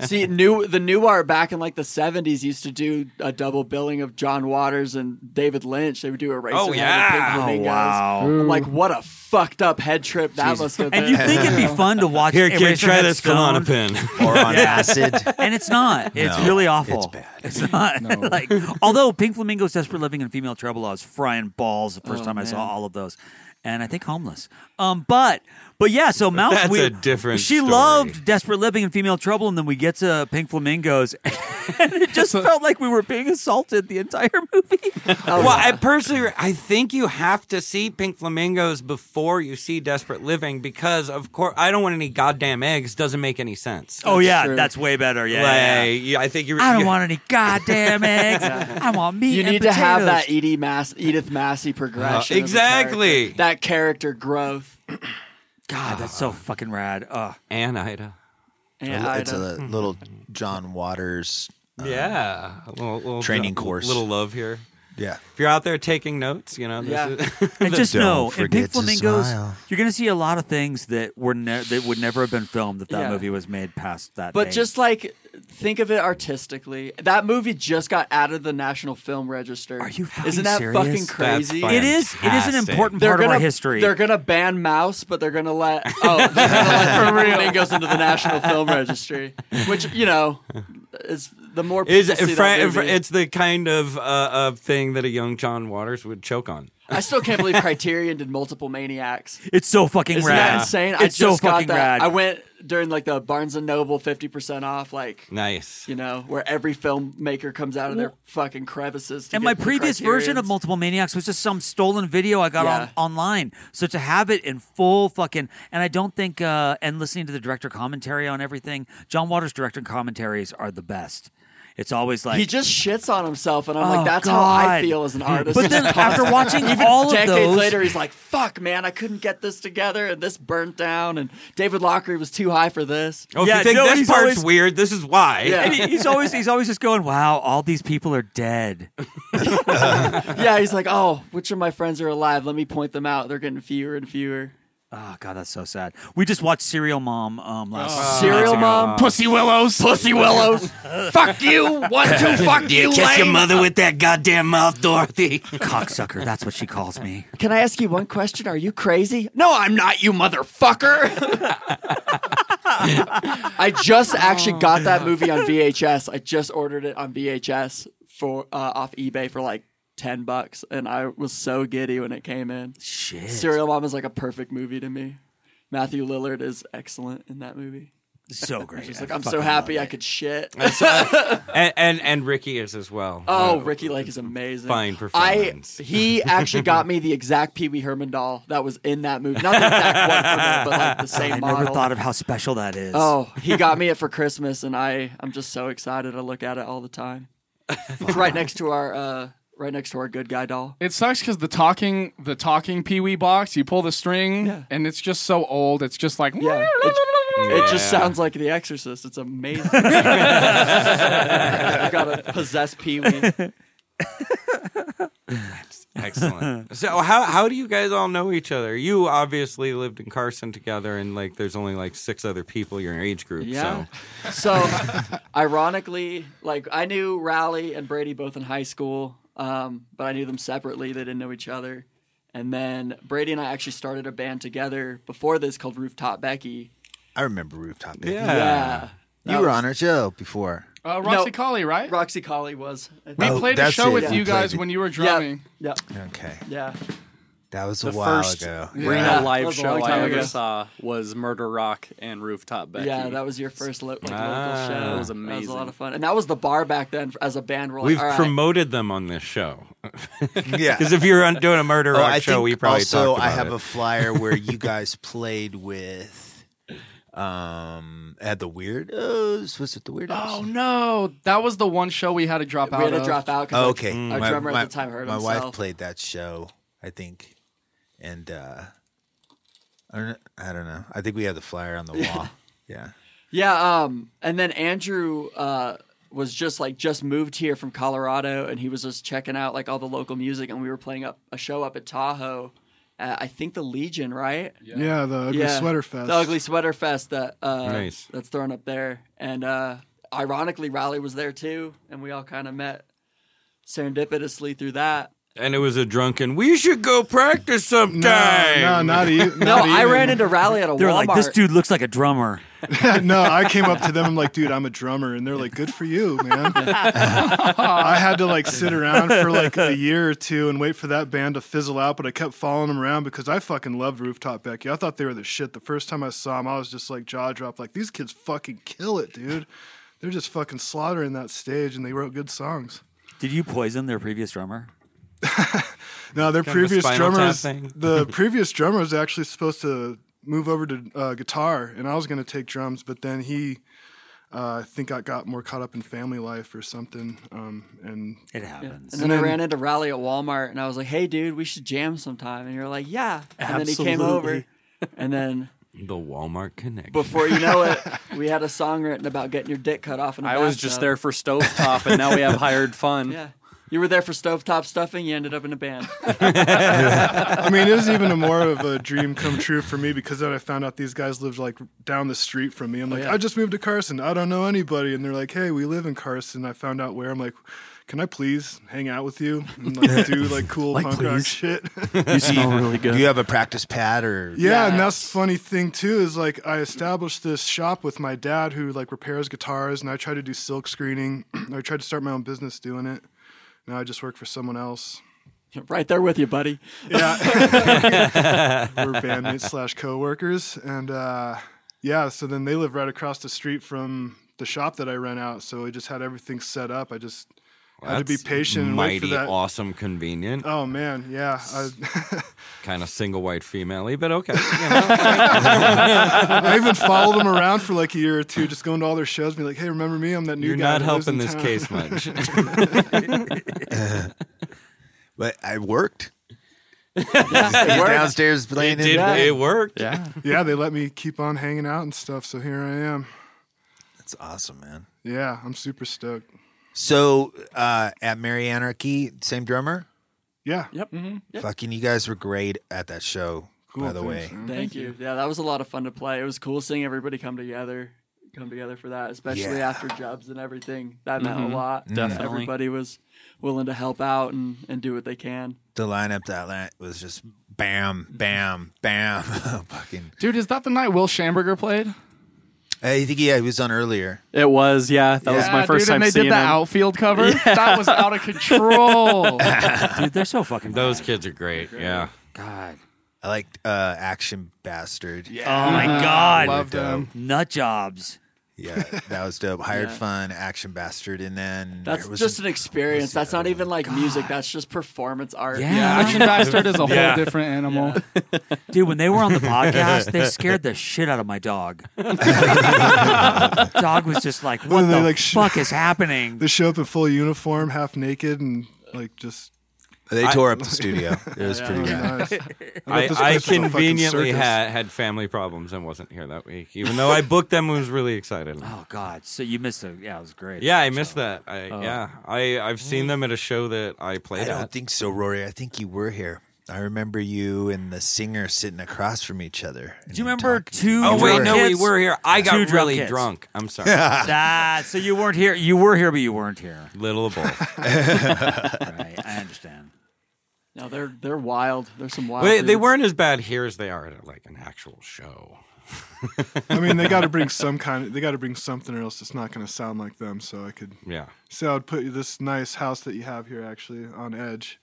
S9: See, new the new art back in like the seventies used to do a double billing of John Waters and David Lynch. They would do a race.
S6: Oh, yeah.
S9: Pink
S6: Oh,
S9: Flamingos.
S6: wow.
S9: I'm like, what a fucked up head trip that must have been.
S1: And you think it'd be fun to watch?
S6: Here, kid, try
S1: Eraserhead
S6: this
S1: Stone?
S6: Klonopin.
S7: Or on acid.
S1: and it's not. It's
S7: No,
S1: really awful.
S7: it's
S1: bad. It's not like. Although Pink Flamingos, Desperate Living, and Female Trouble, I was frying balls the first
S9: Oh,
S1: time I saw
S9: man.
S1: all of those,
S8: and I think homeless. Um, but but yeah, so Mouse.
S6: That's
S8: we,
S6: a different
S8: She
S6: story.
S8: loved Desperate Living and Female Trouble, and then we get to Pink Flamingos, and it just felt like we were being assaulted the entire movie.
S9: Oh,
S6: well, I personally, I think you have to see Pink Flamingos before you see Desperate Living because, of course, I don't want any goddamn eggs. Doesn't make any sense.
S8: Oh yeah, that's way better. Yeah,
S6: like,
S8: yeah, yeah.
S6: you- I think you.
S8: I don't
S6: you-
S8: want any goddamn eggs. I want meat.
S9: You
S8: and
S9: need to have
S8: potatoes.
S9: that e- Edie Mass, Edith Massey progression.
S8: Uh,
S9: of the
S8: exactly.
S9: character. that character growth. e-
S8: God, that's so fucking rad. Uh,
S6: and Ida.
S7: it's a little John Waters. um,
S6: Yeah, a little- little-
S7: training
S6: little-
S7: course.
S6: Little love here.
S7: Yeah.
S6: If you're out there taking notes, you know. This
S8: Yeah.
S6: is,
S8: and just know, in
S7: forget
S8: Pink
S7: to
S8: Flamingos,
S7: smile.
S8: you're going to see a lot of things that were ne- that would never have been filmed if that
S9: Yeah.
S8: movie was made past that.
S9: But
S8: date.
S9: just like think of it artistically, that movie just got out of the National Film Register. Are you
S8: fucking
S9: Isn't that
S8: serious?
S9: fucking
S8: That's
S9: crazy?
S8: It is- it is an fantastic. important
S9: They're
S8: part of our
S9: gonna-
S8: history.
S9: They're gonna ban Mouse, but they're gonna let oh they're gonna let
S8: For real.
S9: Flamingos into the National Film Registry, which you know is the more people
S6: is
S9: see
S6: fr-
S9: that
S6: fr-
S9: movie.
S6: it's the kind of uh, of thing that a young John Waters would choke on.
S9: I still can't believe Criterion did multiple Maniacs.
S8: It's so fucking
S9: Isn't
S8: rad.
S9: that insane?
S8: It's
S9: I just
S8: so
S9: got
S8: fucking
S9: that.
S8: rad.
S9: I went during like the Barnes and Noble fifty percent off, like
S6: Nice.
S9: you know, where every filmmaker comes out of their fucking crevices. To
S8: and
S9: get
S8: my
S9: the
S8: previous version of
S9: Criterions.
S8: Multiple Maniacs was just some stolen video I got
S9: Yeah.
S8: on, online. So to have it in full fucking, and I don't think, uh, and listening to the director commentary on everything, John Waters' director commentaries are the best. It's always like
S9: he just shits on himself, and I'm
S8: Oh,
S9: like, that's how I
S8: God.
S9: feel as an artist.
S8: But then after
S9: Constantly.
S8: watching
S9: Even
S8: all of
S9: decades
S8: those-
S9: later, he's like, "Fuck, man, I couldn't get this together, and this burnt down, and David Lockery was too high for this."
S6: Oh, if you think this part's weird, this is why.
S9: Yeah.
S8: And he- he's always he's always just going, "Wow, all these people are dead."
S9: yeah, he's like, "Oh, which of my friends are alive? Let me point them out. They're getting fewer and fewer."
S8: Oh God, that's so sad. We just watched Serial Mom um, last
S9: Oh.
S8: night.
S9: Serial Mom? Pussy Willows. Pussy Willows. Fuck you. One, two, fuck you,
S6: Kiss your
S9: lame.
S6: mother with that goddamn mouth, Dorothy.
S8: Cocksucker. That's what she calls me.
S9: Can I ask you one question? Are you crazy? No, I'm not, you motherfucker. I just actually got that movie on VHS. I just ordered it on VHS for uh, off eBay for like ten bucks, and I was so giddy when it came in.
S8: Shit.
S9: Serial Mom is like a perfect movie to me. Matthew Lillard is excellent in that movie.
S8: So
S9: I was
S8: great.
S9: just
S8: I
S9: like, I'm so
S8: fucking
S9: happy
S8: love
S9: I
S8: it.
S9: could shit.
S6: and, and and Ricky is as well.
S9: Oh,
S6: Uh,
S9: Ricky Lake is amazing.
S6: Fine
S9: I
S6: performance.
S9: he actually got me the exact Pee Wee Herman doll that was in that movie. Not the exact one from it, but like the same
S8: I
S9: model.
S8: never thought of how special that is.
S9: Oh, he got me it for Christmas, and I I'm just so excited. I look at it all the time. It's right next to our uh, right next to our good guy doll.
S14: It sucks because the talking, the talking Pee Wee box. You pull the string, and it's just so old. It's just like
S9: Yeah, it, it just
S14: Yeah.
S9: sounds like The Exorcist. It's amazing. I gotta possess Pee Wee.
S6: Excellent. So how how do you guys all know each other? You obviously lived in Carson together, and like there's only like six other people your age group.
S9: Yeah.
S6: So
S9: So, ironically, like I knew Raleigh and Brady both in high school, um, but I knew them separately. They didn't know each other. And then Brady and I actually started a band together before this called Rooftop Becky.
S7: I remember Rooftop. Baby.
S9: Yeah. Yeah.
S7: You were on our show before.
S14: Uh, Roxy Colley, right?
S9: Roxy Colley was. I
S14: We
S9: think.
S7: Oh,
S14: played a
S7: that's
S14: show
S7: it.
S14: with
S7: Yeah.
S14: you
S7: You
S14: guys
S7: played it.
S14: when you were drumming.
S9: Yep.
S7: Okay.
S9: Yeah.
S7: That was a
S15: the
S7: while
S15: first
S7: ago.
S15: Reno
S7: Yeah.
S9: That
S15: live
S9: was a
S15: show
S9: long
S15: I
S9: time
S15: ever
S9: ago.
S15: saw was Murder Rock and Rooftop Becky.
S9: Yeah, that was your first lo- like,
S15: Ah.
S9: local show.
S15: That was
S9: That was a lot
S15: amazing.
S9: of fun, and that was the bar back then f- as a band. We're like,
S6: we've
S9: "All right."
S6: promoted them on this show.
S3: Oh,
S7: Yeah.
S6: Because if you're on, doing a murder
S7: Oh,
S6: rock
S7: I
S6: show,
S7: think
S6: we probably
S7: also
S6: talked
S7: I
S6: about
S7: have
S6: it.
S7: a flyer where you guys played with um at the weirdos. Was it the weirdos?
S14: Oh no, that was the one show we had to drop out.
S9: we had to
S14: of.
S9: drop out. 'cause,
S7: Oh,
S9: like,
S7: okay.
S6: Mm.
S9: Our
S7: My-
S9: drummer
S7: my-
S9: at the time hurt
S7: My
S9: himself.
S7: wife played that show, I think, and uh I don't, I don't know. I think we had the flyer on the wall. yeah.
S9: Yeah, um, and then Andrew uh, was just like just moved here from Colorado, and he was just checking out like all the local music, and we were playing up a show up at Tahoe. Uh, I think the Legion, right?
S3: Yeah, the ugly sweater fest.
S9: The Ugly Sweater Fest that uh,
S6: Nice.
S9: that's thrown up there, and uh, ironically, Riley was there too, and we all kind of met serendipitously through that.
S6: And it was a drunken. We should go practice sometime.
S3: no, not e- No, not I even. ran into Rally at a
S8: They're like, this
S3: Walmart."
S8: dude looks like a drummer.
S3: no, I came up to them. I'm like, dude, I'm a drummer, and they're like, good for you, man. I had to like sit around for like a year or two and wait for that band to fizzle out, but I kept following them around because I fucking loved Rooftop Becky. I thought they were the shit. The first time I saw them, I was just like jaw dropped. Like these kids fucking kill it, dude. They're just fucking slaughtering that stage, and they wrote good songs.
S8: Did you poison their previous drummer?
S3: No, their
S8: Kind of a
S3: previous
S8: Spinal Tap
S3: drummer is-
S8: thing.
S3: the previous drummer was actually supposed to move over to uh, guitar, and I was going to take drums, but then he, uh, I think, I got more caught up in family life or something, um, and
S8: it
S9: And then, I ran into Rally at Walmart, and I was like, "Hey, dude, we should jam sometime." And you're like, "Yeah." And then he came over, and then
S6: The Walmart Connect.
S9: before you know it, we had a song written about getting your dick cut off. In a
S15: I was just
S9: bathtub.
S15: there for stovetop, and now we have hired fun.
S9: Yeah, you were there for stovetop stuffing. You ended up in a band.
S3: I mean, it was even a more of a dream come true for me because then I found out these guys lived like down the street from me. I'm
S14: Oh,
S3: like,
S9: yeah.
S3: I just moved to Carson. I don't know anybody. And they're like, hey, we live in Carson. I found out where. I'm like, can I please hang out with you and like do like cool
S14: Oh,
S7: Like,
S3: punk rock
S7: please?
S3: shit?
S7: You smell really good. Do you have a practice pad or?
S3: Yeah, and that's the funny thing too is like I established this shop with my dad who like repairs guitars, and I tried to do silk screening. I tried to start my own business doing it. Now I just work for someone else.
S9: Right there with you, buddy.
S3: Yeah, we're bandmates slash coworkers, and uh, yeah. So then they live right across the street from the shop that I rent out. So I just had everything set up. I just had to be
S6: That's
S3: patient and wait
S6: Mighty
S3: for that.
S6: awesome, convenient.
S3: Oh man, yeah. I,
S6: Kind of single white female but okay.
S3: I even followed them around for like a year or two, just going to all their shows, be like, "Hey, remember me? I'm that new
S6: You're
S3: guy."
S6: not
S3: that lives
S6: helping
S3: in
S6: this
S3: town."
S6: case much.
S7: but I worked.
S3: It worked.
S7: downstairs playing. in the-
S3: Yeah, yeah. They let me keep on hanging out and stuff, so here I am.
S7: That's awesome, man.
S3: Yeah, I'm super stoked.
S7: So uh, at Merry Anarchy, same drummer.
S3: Yeah.
S9: Yep. Mm-hmm.
S7: Fucking, you guys were great at that show. by the way,
S9: Thank, you. Yeah, that was a lot of fun to play. It was cool seeing everybody come together, come together for that, especially
S7: Yeah.
S9: after jobs and everything. That meant
S14: Mm-hmm.
S7: Mhm.
S9: a lot.
S7: Definitely.
S9: everybody was willing to help out and, and do what they can.
S7: the lineup that night was just bam, bam, bam. Oh, Fucking,
S14: Dude, is that the night Will Schamberger played?
S7: I think yeah, he was on earlier.
S15: It was, yeah. That was
S14: Yeah,
S15: my first
S14: dude,
S15: time
S14: and they
S15: seeing
S14: did the
S15: him.
S14: outfield cover.
S15: Yeah.
S14: That was out of control.
S8: Dude, they're so fucking.
S6: Those kids are great. Yeah.
S8: God.
S7: I liked uh, Action Bastard.
S8: Oh my god.
S7: Loved him.
S8: Nut jobs.
S7: Yeah, that was dope. Hired
S9: Yeah.
S7: Fun, Action Bastard, and then
S9: That's
S7: there was
S9: just an experience. That's not even like music. That's just performance art.
S14: Yeah. Yeah, Action Bastard is a whole Yeah. different animal.
S8: Dude, when they were on the podcast, they scared the shit out of my dog. dog was just like, what
S3: When they,
S8: the
S3: like, sh-
S8: fuck is happening?
S3: They show up in full uniform, half naked, and like just.
S7: They tore up the studio. It was pretty
S3: nice.
S7: bad.
S3: I
S6: I,
S3: thought this
S6: I
S3: place was a fucking
S6: conveniently
S3: circus.
S6: had, had family problems and wasn't here that week, even though I booked them and was really excited.
S8: Oh God! So you missed it? Yeah, it was great.
S6: Yeah, I missed that. I,
S8: Oh.
S6: Yeah, I I've seen them at a show that I played
S7: I don't
S6: at.
S7: think so, Rory. I think you were here. I remember you and the singer sitting across from each other.
S8: Do you remember two?
S6: Oh, wait,
S8: drum
S6: no, we
S8: kits?
S6: were here. I got
S8: Two drum
S6: really
S8: kits.
S6: drunk. I'm sorry.
S8: Ah, so you weren't here. You were here, but you weren't here.
S6: Little of both.
S8: right, I understand.
S9: No, they're they're wild. There's some wild.
S6: Wait, they
S9: dudes.
S6: weren't as bad here as they are at like an actual show.
S3: I mean, they got to bring some kind. they got to bring something, or else it's not going to sound like them. So I could.
S6: Yeah.
S3: So I'd put this nice house that you have here actually on edge.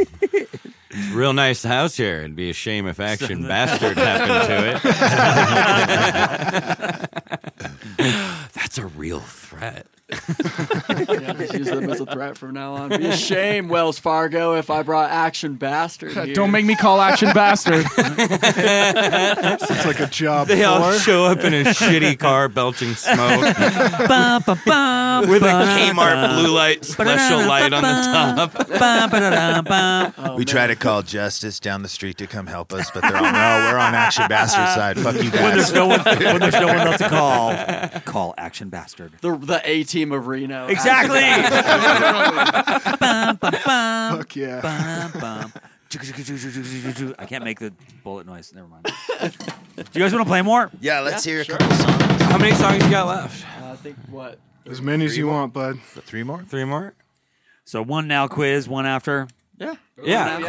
S6: It's a real nice house here. It'd be a shame if action bastard happened to it. That's a real threat.
S9: yeah, just use them as a threat from now on. Be a shame, Wells Fargo, if I brought Action Bastard. Here.
S14: Don't make me call Action Bastard.
S3: It's like a job.
S6: They all
S3: four.
S6: show up in a shitty car belching smoke with a Kmart blue light special light on the top.
S7: we try to call Justice down the street to come help us, but they're all no. We're on Action Bastard's side. Fuck you guys.
S8: When there's no one, when there's no one else to call, call Action Bastard.
S9: The the A team of Reno.
S8: Exactly. Bum, bum, bum.
S3: Fuck yeah.
S8: Bum, bum. I can't make the bullet noise. Never mind. Do you guys want to play more?
S7: Yeah, let's hear a
S9: sure.
S7: couple songs.
S6: How many songs you got left?
S9: Uh, I think what
S3: As many as you want, bud.
S7: Three more.
S6: Three more?
S1: So one now quiz, one after.
S9: Yeah.
S6: Yeah,
S9: Yeah,
S6: quiz.
S9: sounds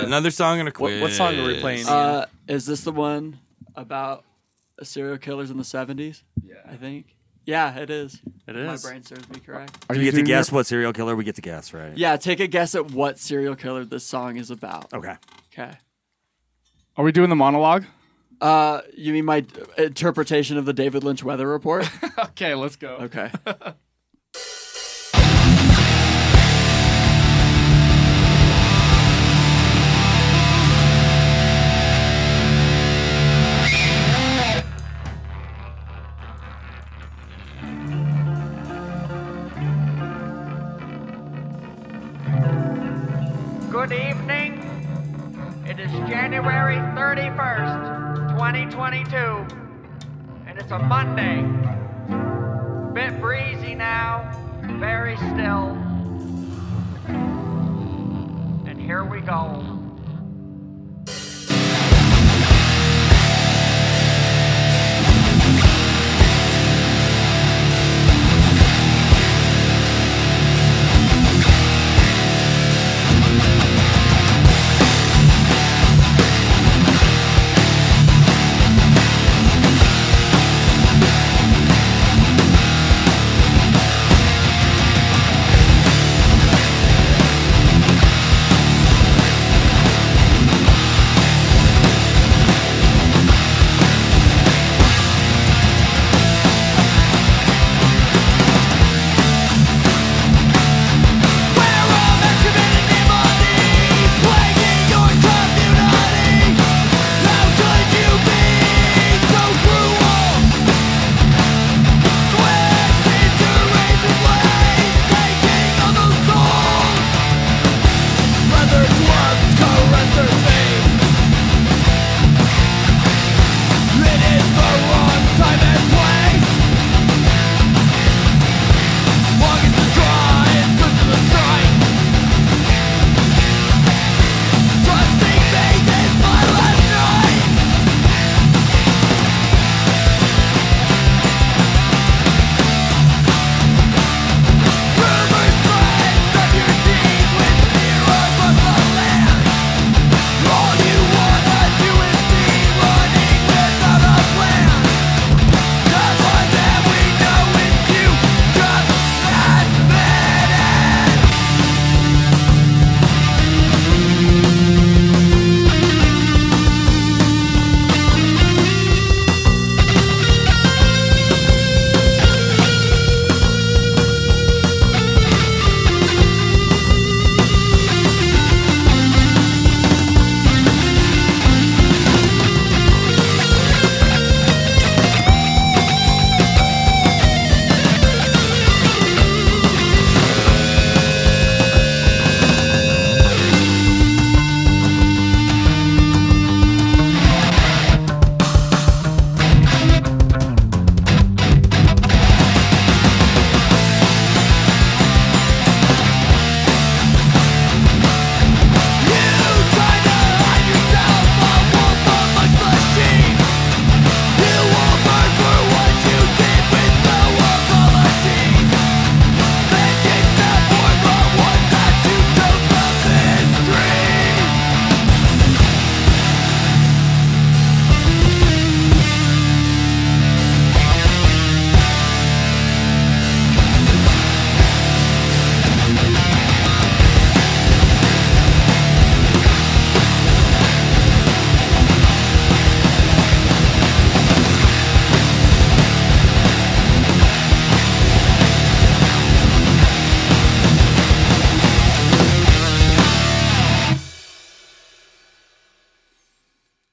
S9: good.
S6: Another song and a
S9: What-
S6: quiz.
S9: what song
S6: are we
S9: Uh, is this the one about serial killers in the 70s? Yeah. I think. Yeah, it is.
S1: It
S9: My
S1: is.
S9: brain serves me correct.
S1: Do we get to guess what serial killer we get to guess, right?
S9: Yeah, take a guess at what serial killer this song is about.
S1: Okay.
S9: Okay.
S17: Are we doing the monologue?
S9: Uh, you mean my d- interpretation of the David Lynch weather report?
S17: okay, let's go.
S9: Okay.
S18: Good evening. It is January 31st, 2022, and it's a Monday. Bit breezy now, very still. And here we go.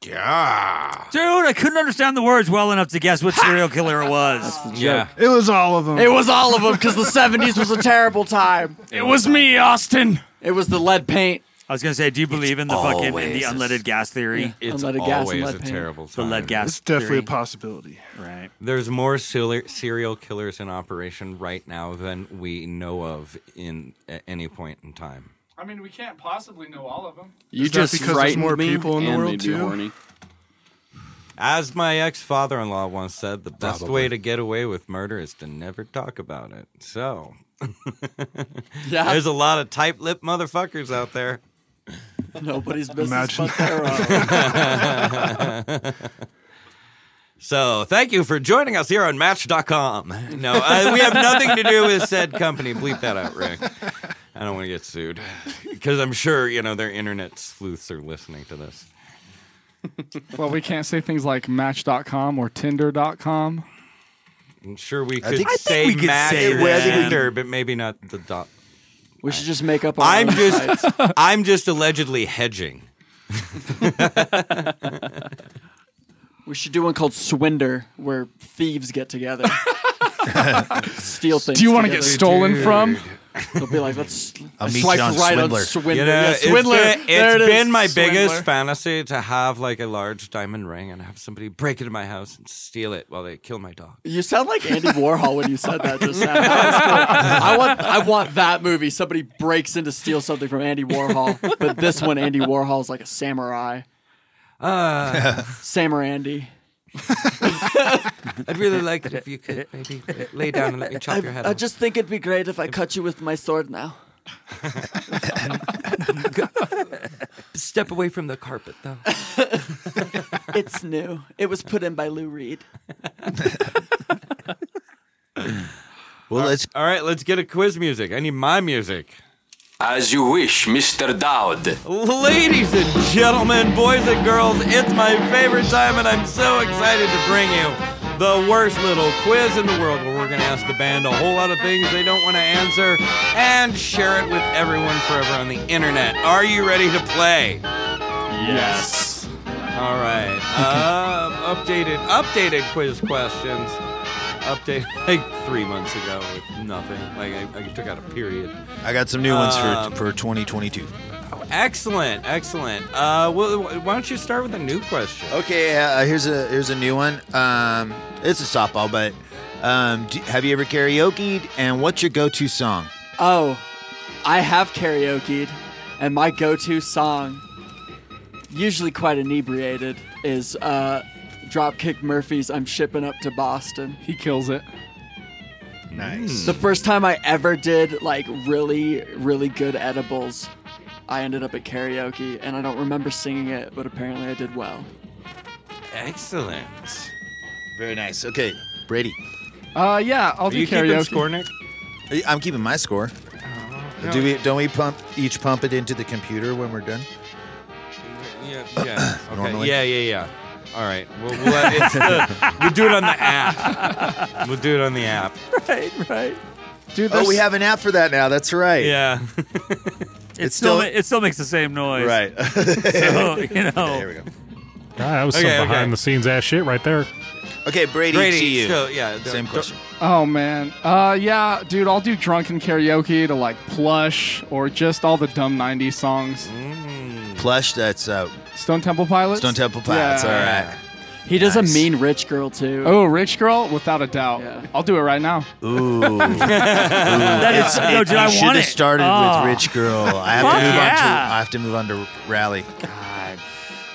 S1: Yeah. Dude, I couldn't understand the words well enough to guess what serial killer it was.
S6: yeah.
S8: It was all of them.
S9: It was all of them because the 70s was a terrible time.
S1: It was me,
S17: Austin.
S9: It was the lead paint.
S1: I was gonna say, do you believe in the fucking in the
S9: always-
S1: unleaded gas theory?
S9: Yeah, It's unleaded gas and always lead a paint.
S6: terrible
S1: The lead
S6: time.
S1: gas.
S6: It's definitely
S1: theory.
S6: a
S8: possibility.
S1: Right.
S6: There's more sili- serial killers in operation right now than we know of in at any point in time.
S17: I mean, we can't possibly know all of them.
S6: You
S8: Is that just because there's more frightened me, people in the and world, they'd be too? horny.
S6: As my ex father in law once said, the best
S8: Probably.
S6: way to get away with murder is to never talk about it. So
S9: Yeah.
S6: There's a lot of tight lip motherfuckers out there.
S9: Nobody's business
S6: Imagine.
S9: but their own.
S6: so, thank you for joining us here on Match.com. No, uh, we have nothing to do with said company. Bleep that out, Rick. I don't want to get sued because I'm sure you know their internet sleuths are listening to this.
S14: well, we can't say things like Match.com or Tinder.com.
S6: I'm sure we
S14: I
S6: could
S14: think- I think
S6: say
S14: we could
S6: Match
S14: say
S6: and
S14: that.
S6: Tinder, but maybe not the dot.
S9: We should just make up. Our
S6: I'm
S9: own
S6: just,
S9: sites.
S6: I'm just allegedly hedging.
S9: We should do one called Swinder, where thieves get together, steal things.
S14: Do you
S9: want
S14: wanna get stolen Dude. from?
S9: They'll be like, let's
S14: I'll
S9: let's
S14: meet
S9: swipe
S14: you on
S9: right
S14: Swindler.
S9: on Swindler.
S6: You know,
S9: Yeah,
S6: it's
S9: Swindler.
S6: been,
S9: there
S6: it's
S9: it is.
S6: been my biggest
S9: Swindler.
S6: fantasy to have like a large diamond ring and have somebody break into my house and steal it while they kill my dog.
S9: You sound like Andy Warhol when you said that just now. That was cool. I want I want that movie. Somebody breaks in to steal something from Andy Warhol, but this one Andy Warhol's like a samurai.
S6: Uh,
S9: Samurai Andy.
S6: I'd really like it if you could maybe lay down and let me chop
S9: I,
S6: your head
S9: I
S6: off.
S9: just think it'd be great if I cut you with my sword now.
S6: Step away from the carpet, though.
S9: it's new. It was put in by Lou Reed.
S6: Well, let's. All right, let's get a quiz music. I need my music.
S19: As you wish, Mr. Dowd.
S6: Ladies and gentlemen, boys and girls, it's my favorite time, and I'm so excited to bring you the worst little quiz in the world where we're going to ask the band a whole lot of things they don't want to answer and share it with everyone forever on the internet. Are you ready to play? Yes. All right. Um, updated, updated quiz questions. Update like three months ago with nothing. Like I, I took out a period.
S7: I got some new ones
S6: Um,
S7: for for 2022.
S6: Excellent, excellent. Uh, well, why don't you start with a new question?
S7: Okay, uh, here's a here's a new one. Um, it's a softball, but um, do, have you ever karaokeed? And what's your go-to song?
S9: Oh, I have karaoke'd, and my go-to song, usually quite inebriated, is uh, Dropkick Murphys. I'm shipping up to Boston.
S14: He kills it.
S9: Nice. The first time I ever did like really, really good edibles, I ended up at karaoke, and I don't remember singing it, but apparently I did well.
S6: Excellent.
S7: Very nice. Okay, Brady.
S14: Uh, yeah, I'll
S7: Are
S14: do
S7: you keeping
S14: karaoke.
S7: score, Nick? uh, I'm keeping my score.
S15: Oh,
S14: no.
S7: Do we don't we pump each pump it into the computer when we're done?
S6: Yeah, yeah. Okay.
S7: Normally.
S6: Yeah, yeah, yeah. All right. We'll, we'll, it's the, we'll do it on the app. We'll do it on the app.
S8: Right, right.
S7: Dude, oh, we have an app for that now. That's right.
S6: Yeah.
S8: It still, ma- it still makes the same noise.
S7: Right.
S8: so, you know.
S7: There we go.
S20: God, that was
S7: Okay,
S20: some
S7: okay.
S20: behind the scenes ass shit right there.
S7: Okay, Brady,
S20: Brady,
S7: to you.
S20: so, yeah,
S7: Same question.
S14: Oh man. Uh yeah, dude, I'll do drunken karaoke to like plush or just all the dumb 90s songs.
S7: Plush. That's uh,
S14: Stone Temple Pilots?
S7: Stone Temple Pilots. All right.
S9: He does a mean rich girl too.
S14: Oh, Rich Girl, without a doubt. I'll do it right now.
S7: Ooh. Ooh. It's-
S14: no, dude, I
S7: you should
S14: want
S7: have
S14: it.
S7: started
S14: Oh.
S7: with Rich Girl. I have, to
S15: Fuck
S7: move on
S15: yeah.
S7: to, I have to move on to Rally. God.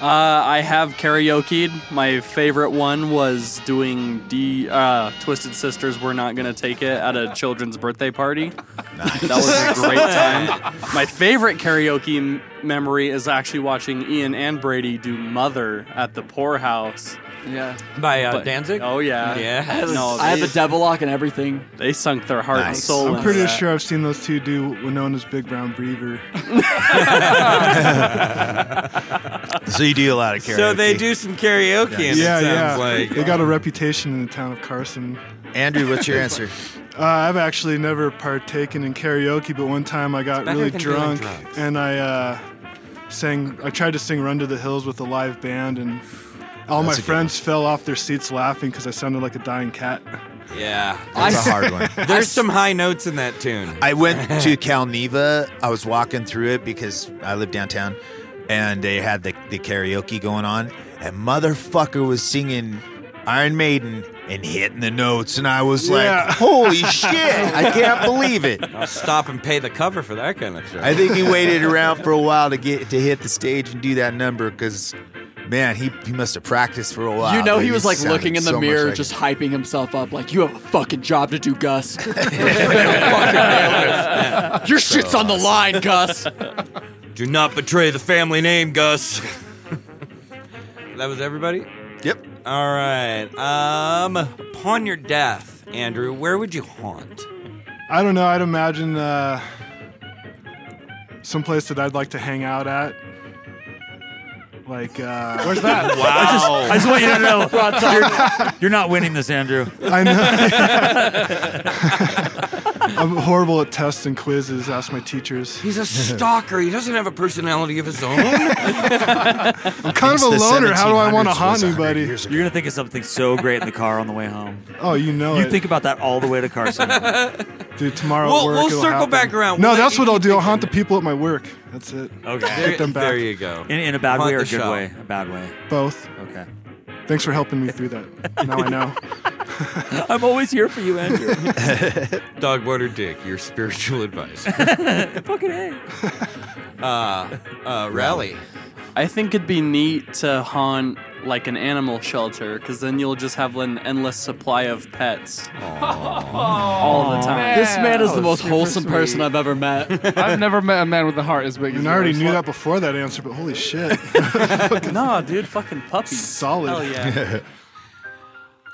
S15: Uh, I have karaoke'd. My favorite one was doing D uh, Twisted Sisters. We're not gonna take it at a children's birthday party. That was a great time. My favorite karaoke m- memory is actually watching Ian and Brady do Mother at the poorhouse.
S9: Yeah.
S6: By uh,
S15: But- Oh yeah.
S9: I have, a-
S15: No,
S9: I have
S15: they-
S9: a devil lock and everything.
S15: They sunk their heart and soul.
S3: I'm
S15: into
S3: pretty
S15: that.
S3: sure I've seen those two do Winona's Big Brown Beaver.
S7: So you do a lot of karaoke.
S6: So they do some karaoke, and
S3: yeah,
S6: it
S3: yeah.
S6: sounds like.
S3: they got a reputation in the town of Carson.
S7: Andrew, what's your answer?
S3: Uh, I've actually never partaken in karaoke, but one time I got
S7: It's better
S3: really
S7: than doing
S3: drunk and I uh, sang. I tried to sing "Run to the Hills" with a live band, and all
S7: That's a
S3: my
S7: good
S3: friends fell off their seats laughing because I sounded like a dying cat.
S6: Yeah.
S7: That's a hard one.
S6: There's some high notes in that tune.
S7: I went to Calneva. I was walking through it because I live downtown, and they had the, the karaoke going on, and motherfucker was singing Iron Maiden and hitting the notes, and I was
S6: Yeah.
S7: like, "Holy shit! I can't believe it."
S6: I'll stop and pay the cover for that kind of shit.
S7: I think he waited around for a while to get to hit the stage and do that number because Man, he, he must have practiced for a while.
S9: you know,
S7: dude.
S9: he was like
S7: sounded
S9: looking in the
S7: so much
S9: mirror,
S7: like-
S9: just hyping himself up, like, you have a fucking job to do, Gus. Your shit's on the line, Gus.
S6: Do not betray the family name, Gus. that was everybody?
S7: Yep.
S6: All right. Um, upon your death, Andrew, where would you haunt?
S3: I don't know. I'd imagine uh, someplace that I'd like to hang out at. Like, uh, where's that?
S8: I just, I just want you to know you're, you're not winning this, Andrew.
S3: I know. I'm horrible at tests and quizzes. Ask my teachers.
S6: He's a stalker. He doesn't have a personality of his own.
S3: I'm kind of a loner. How do I want to haunt anybody?
S8: You're gonna think of something so great in the car on the way home.
S3: Oh, you know
S8: You
S3: it.
S8: think about that all the way to Carson.
S3: Dude, tomorrow
S8: We'll-
S3: at work.
S8: we'll
S3: it'll
S8: circle
S3: happen.
S8: back around.
S3: No,
S8: We'll
S3: that's
S8: let
S3: what I'll do. I'll haunt the people at my work. That's it.
S8: Okay.
S3: Get them back.
S6: There you go.
S8: In, in a bad
S6: Haunt
S8: way or
S6: the
S8: a good
S6: shop.
S8: way? A bad way.
S3: Both.
S8: Okay.
S3: Thanks for helping me through that. Now I know.
S8: I'm always here for you, Andrew.
S6: Dog water dick, your spiritual advisor.
S8: Fucking A.
S6: Uh, uh, rally.
S15: I think it'd be neat to haunt like an animal shelter because then you'll just have an endless supply of pets all the time.
S9: This man is the most wholesome person I've ever met.
S14: I've never met a man with a heart as big as
S3: And I already
S14: yours.
S3: knew that before that answer, but holy shit.
S15: no, dude, fucking puppy.
S3: Solid.
S15: Hell yeah.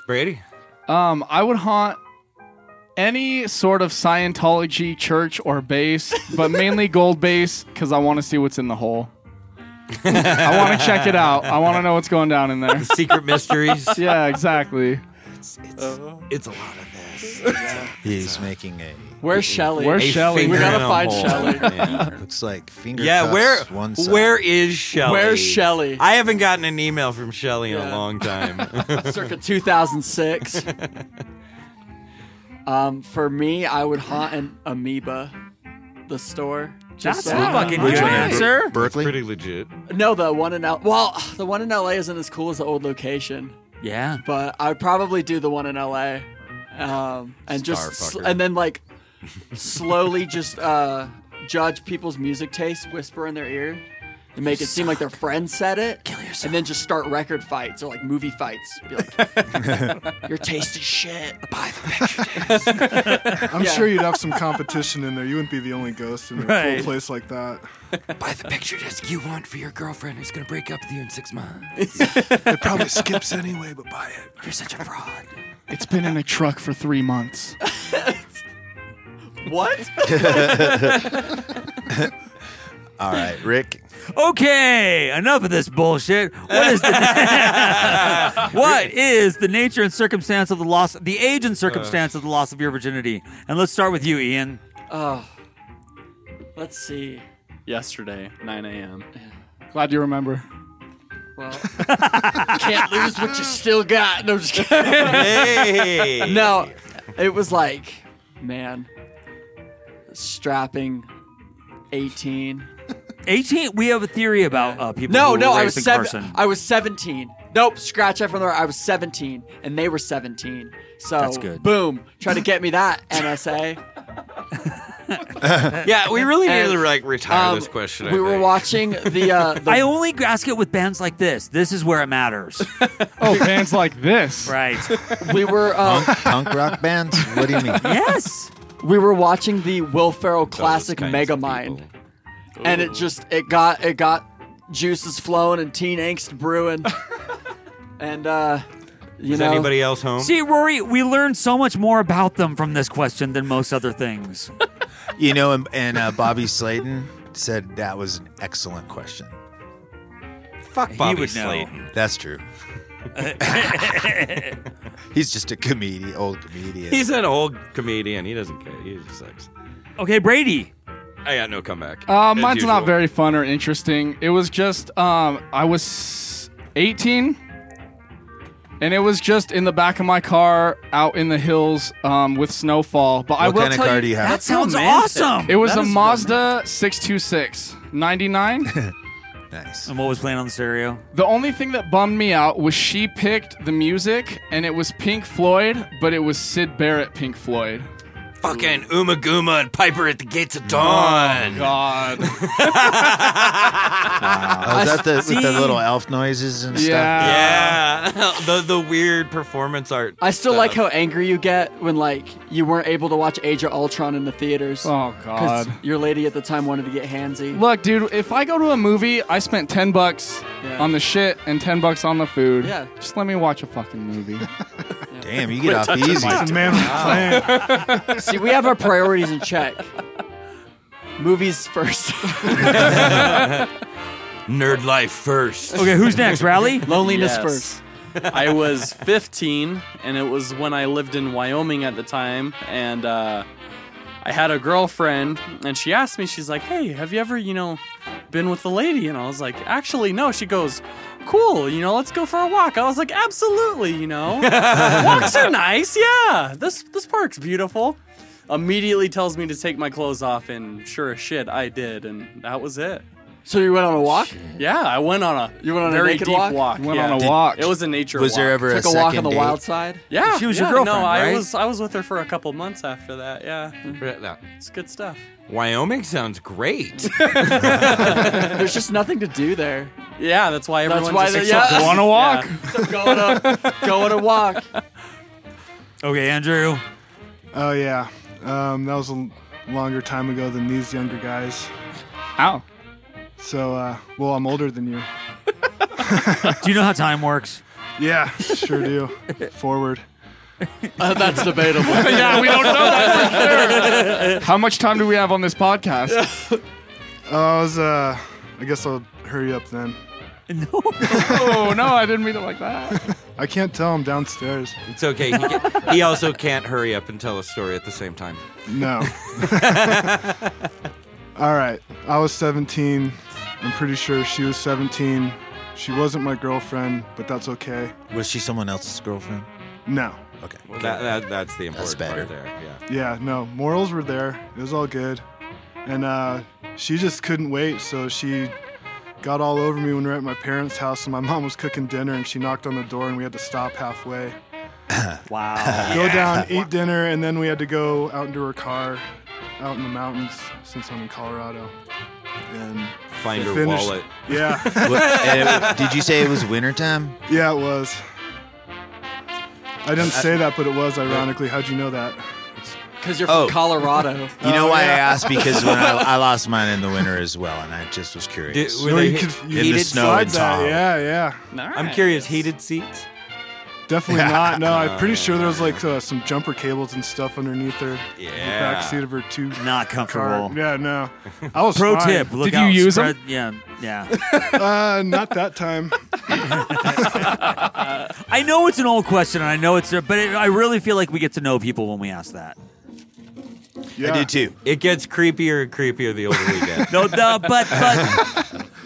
S6: Brady?
S14: Um, I would haunt any sort of Scientology church or base, but mainly gold base because I want to see what's in the hole. I want to check it out. I want to know what's going down in there.
S6: secret mysteries.
S14: Yeah, exactly.
S6: It's a lot of this.
S7: He's making a.
S9: Where's Shelly?
S14: Where's
S7: a
S14: Shelly?
S7: finger
S14: We gotta
S7: in a
S14: find
S7: hole.
S9: Shelly.
S7: Yeah. Looks like finger.
S6: Yeah,
S7: cuffs,
S6: where
S7: One side.
S6: where is Shelly?
S9: Where's Shelley?
S6: I haven't gotten an email from Shelly in a
S9: Yeah.
S6: long time.
S9: Circa 2006. um, for me, I would haunt an amoeba, the store. Just
S8: That's
S9: so
S8: a
S9: I know.
S8: fucking good answer.
S7: Berkeley?
S6: Pretty legit.
S9: No, the one in L. Well, the one in LA isn't as cool as the old location,
S8: Yeah.
S9: but I would probably do the one in LA, um, and
S8: Star
S9: just sl-
S8: fucker.
S9: and then like slowly just uh, judge people's music taste, whisper in their ear, and make it seem like their friend said it, and then just start record fights or like movie fights. Be like, Your taste is shit. Buy the picture disc.
S3: I'm
S9: Yeah.
S3: sure you'd have some competition in there. You wouldn't be the only ghost in a
S9: Right.
S3: cool place like that.
S6: Buy the picture disc you want for your girlfriend who's gonna break up with you in six months.
S3: It probably skips anyway, but buy it.
S6: You're such a fraud.
S14: It's been in a truck for three months.
S9: What?
S7: All right, Rick.
S8: Okay, enough of this bullshit. What is the What is the nature and circumstance of the loss the age and
S9: Uh.
S8: circumstance of the loss of your virginity? And let's start with you, Ian.
S9: Oh, let's see.
S15: Yesterday, 9 a.m.
S14: Glad you remember.
S9: Well, can't lose what you still got. No, I'm just kidding.
S6: Hey.
S9: No, it was like, man, strapping, 18.
S8: 18 we have a theory about uh, people who
S9: No,
S8: were
S9: no, I
S8: raised
S9: was
S8: in
S9: seven.
S8: Carson.
S9: I was 17. Nope, scratch that from there. I was 17, and they were 17. So
S8: That's good.
S9: boom, try to get me that NSA.
S6: yeah, we really need
S9: And,
S6: to like retire
S9: um,
S6: this question. I
S9: we were
S6: think.
S9: watching the. Uh, the
S8: I only ask it with bands like this. This is where it matters.
S14: Oh, bands like this.
S8: right.
S9: we were. Um,
S7: Punk rock bands? What do you mean?
S8: Yes.
S9: we were watching the Will Ferrell classic Megamind, and it just it got it got juices flowing and teen angst brewing, and uh, you
S6: Is
S9: know
S6: anybody else home?
S8: See, Rory, we learned so much more about them from this question than most other things.
S7: You know, and, and uh, Bobby Slayton said that was an excellent question.
S6: Fuck
S8: He
S6: Bobby
S8: would know.
S6: Slayton.
S7: That's true. He's just a comedian, old comedian.
S6: He's an old comedian. He doesn't care. He just sucks.
S8: Okay, Brady.
S6: I got no comeback.
S14: Uh,
S6: As
S14: mine's not
S6: usual.
S14: very fun or interesting. It was just um, I was 18, and it was just in the back of my car out in the hills um, with snowfall. But I
S7: What
S14: will
S7: kind of
S14: tell
S7: car
S14: you,
S7: do you have?
S8: That sounds
S15: romantic.
S8: awesome.
S14: It was
S15: That
S14: a
S15: is
S14: Mazda 626 99.
S7: nice.
S8: And what was playing on the stereo?
S14: the only thing that bummed me out was she picked the music, and it was Pink Floyd, but it was Sid Barrett Pink Floyd.
S21: Oh,
S6: Fucking Uma Guma and Piper at the Gates of Dawn.
S14: God.
S6: God.
S7: Oh, is that the, with the little elf noises and
S6: Yeah. the the weird performance art.
S22: I still like how angry you get when like you weren't able to watch Age of Ultron in the theaters.
S21: Oh, God.
S22: your lady at the time wanted to get handsy.
S21: Look, dude, if I go to a movie, I spent 10 bucks
S22: Yeah.
S21: on the shit and 10 bucks on the food.
S22: Yeah.
S21: Just let me watch a fucking movie.
S7: stuff? Damn, you
S21: Quit
S7: get off
S21: touching
S7: easy.
S21: my He's a man with a
S22: Wow. See, we have our priorities in check. Movies first.
S6: Nerd life first.
S8: Oh. Loneliness
S22: Yes.
S8: first. I was 15, and it was when I lived in Wyoming at the time, and uh, I had a girlfriend, and she asked me, she's like, "Hey, have you ever, you know, been with a lady?" And I was like, "Actually, no." She goes, "Cool, you know, let's go for a walk." I was like, "Absolutely, you know, walks are nice. Yeah, this this park's beautiful." Immediately tells me to take my clothes off, and sure as shit, I did, and that was it.
S22: So you went on a walk?
S8: Yeah, I went on a you
S22: went on a
S8: very
S22: naked
S8: deep
S22: walk?
S8: walk.
S22: You went
S8: yeah.
S22: on a Did- walk.
S8: It was a nature.
S7: Was there
S8: walk.
S7: ever a Took a walk on second the date? wild
S22: side?
S8: Yeah,
S7: She was your
S8: yeah,
S7: girlfriend,
S8: No,
S7: right?
S8: I was I was with her for a couple months after that. Yeah, it's good stuff.
S6: Wyoming sounds great.
S22: There's just nothing to do there.
S8: Yeah, that's why
S22: That's
S8: everyone
S22: why
S8: just
S22: they- yeah.
S8: accepts-
S22: Go on a walk.
S8: Yeah.
S22: So go on a go on a walk.
S23: Okay, Andrew.
S9: Oh yeah, um, that was a l- longer time ago than these younger guys.
S21: Ow.
S9: So, uh, well, I'm older than you.
S23: do you know how time works?
S9: Yeah, sure do. Forward.
S22: Uh, that's debatable.
S21: yeah, we don't know that for sure. How much time do we have on this podcast?
S9: I was. Uh, I guess I'll hurry up then.
S21: oh, no, I didn't mean it like that.
S9: I can't tell. I'm downstairs.
S6: It's okay. He, ca- he also can't hurry up and tell a story at the same time.
S9: No. All right. I was 17. I'm pretty sure she was 17. She wasn't my girlfriend, but that's okay.
S7: Was she someone else's girlfriend?
S9: No.
S7: Okay.
S6: That, that, that's the important
S7: better.
S6: part there. Yeah.
S9: Yeah, no. Morals were there. It was all good. And uh, she just couldn't wait, so she got all over me when we were at my parents' house, and my mom was cooking dinner, and she knocked on the door, and we had to stop halfway.
S23: Wow.
S9: Go down, eat dinner, and then we had to go out into her car, out in the mountains, since I'm in Colorado. And
S6: Find her
S9: finished-
S6: wallet.
S9: Yeah.
S7: What- and it- did you say it was wintertime?
S9: Yeah, it was. I didn't say that, but it was ironically. How'd you know that?
S22: Because you're
S7: Oh.
S22: from Colorado.
S7: You know
S9: Oh,
S7: why I
S9: yeah.
S7: asked? Because when I, I lost mine in the winter as well, and I just was curious.
S6: Did- were No, they you
S9: could-
S6: you
S7: in the
S6: heated
S7: snow in
S9: Slide that,
S7: Tahoe.
S9: Yeah, yeah.
S6: I'm curious. Heated seats.
S9: Definitely not. No,
S6: Oh,
S9: I'm pretty sure there was like uh, some jumper cables and stuff underneath her.
S6: Yeah.
S9: The back seat of her two.
S23: Not comfortable.
S9: Yeah, no. I was
S23: Pro
S9: fine.
S23: tip: Look out, spread, them? Yeah, yeah.
S9: uh, not that time.
S23: I know it's an old question, and I know it's, but it, I really feel like we get to know people when we ask that.
S9: Yeah.
S7: I do too.
S6: It gets creepier and creepier the older we get.
S23: No, no, but but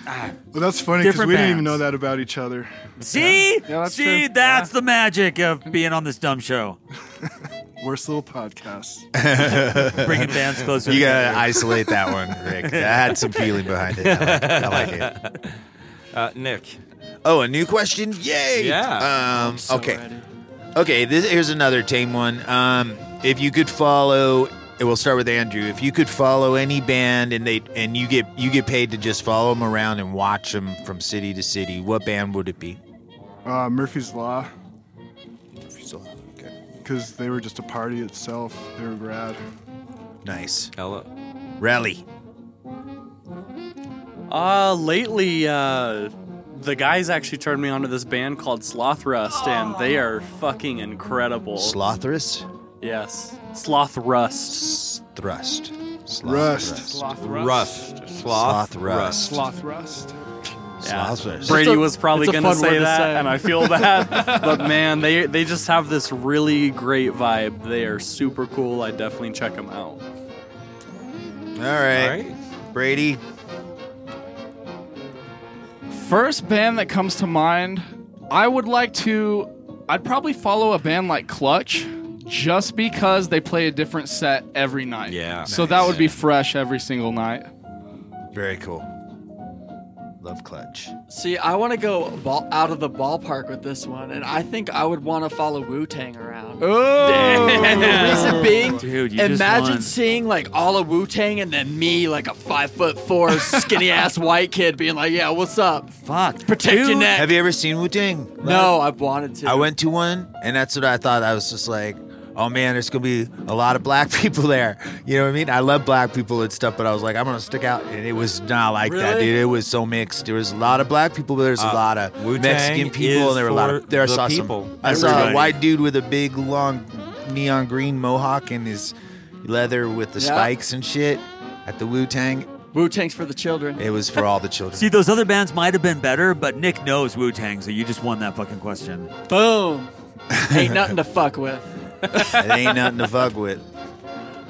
S9: Well, that's funny because
S23: Different
S9: we didn't even
S23: bands.
S9: know that about each other.
S23: see,
S9: Yeah, that's
S23: see,
S9: true.
S23: that's the magic of being on this dumb show.
S9: Worst little podcast.
S23: Bringing bands closer.
S7: You
S23: together.
S7: gotta isolate that one, Rick. That had some feeling behind it. I like, I like it.
S6: Uh, Nick.
S7: Oh, a new question? Yay!
S6: Yeah.
S7: Um, okay. Okay. This here's another tame one. Um, if you could follow, and we'll start with Andrew. If you could follow any band and they and you get you get paid to just follow them around and watch them from city to city, what band would it be?
S9: Uh, Murphy's Law. Because they were just a party itself. They were rad.
S7: Nice.
S6: Hello.
S7: Rally.
S8: Uh, lately, uh, the guys actually turned me on to this band called Slothrust, and they are fucking incredible.
S7: Slothrus?
S8: yes, Slothrust.
S7: Thrust. Sloth
S9: Rust. Sloth
S6: Rust. Sloth.
S7: Sloth rust.
S21: Sloth rust.
S8: Yeah.
S7: Slothrust.
S8: Brady
S7: It's a-
S8: was probably
S7: it's a
S8: going to
S7: fun word
S8: say
S7: to
S8: that,
S7: say.
S8: and I feel bad. but man, they they just have this really great vibe. They are super cool. I definitely check them out.
S7: All right. Brady.
S21: First band that comes to mind, I would like to. I'd probably follow a band like Clutch just because they play a different set every night.
S6: Yeah.
S21: So that would be fresh every single night.
S7: Very cool. Love Clutch.
S9: See, I want to go ball, out of the ballpark with this one, and I think I would want to follow Wu Tang around.
S14: Oh,
S9: and the reason being,
S8: Dude, you just
S9: imagine
S8: won.
S9: seeing like all of Wu Tang and then me, like a five foot four skinny ass white kid, being like, "Yeah, what's up?
S8: Fuck,
S9: protect your neck."
S7: Have you ever seen Wu Tang?
S9: No, I've wanted to.
S7: I went to one, and that's what I thought. I was just like, oh man, there's gonna be a lot of black people there. You know what I mean? I love black people and stuff, but I was like, I'm gonna stick out, and it was not like that,
S9: Really?
S7: dude. It was so mixed. There was a lot of black people, but there's
S6: Uh,
S7: a lot of
S6: Wu-Tang
S7: Mexican people,
S6: is
S7: and there were a lot
S6: for
S7: of there. I
S6: the
S7: saw
S6: people.
S7: some. I saw a
S6: Everybody.
S7: white dude with a big long neon green mohawk and his leather with the
S9: Yeah.
S7: spikes and shit at the Wu Tang.
S9: Wu Tang's for the children.
S7: It was for all the children.
S8: See, those other bands might have been better, but Nick knows Wu Tang, so you just won that fucking question.
S9: Boom. Ain't nothing to fuck with.
S7: it ain't nothing to fuck with.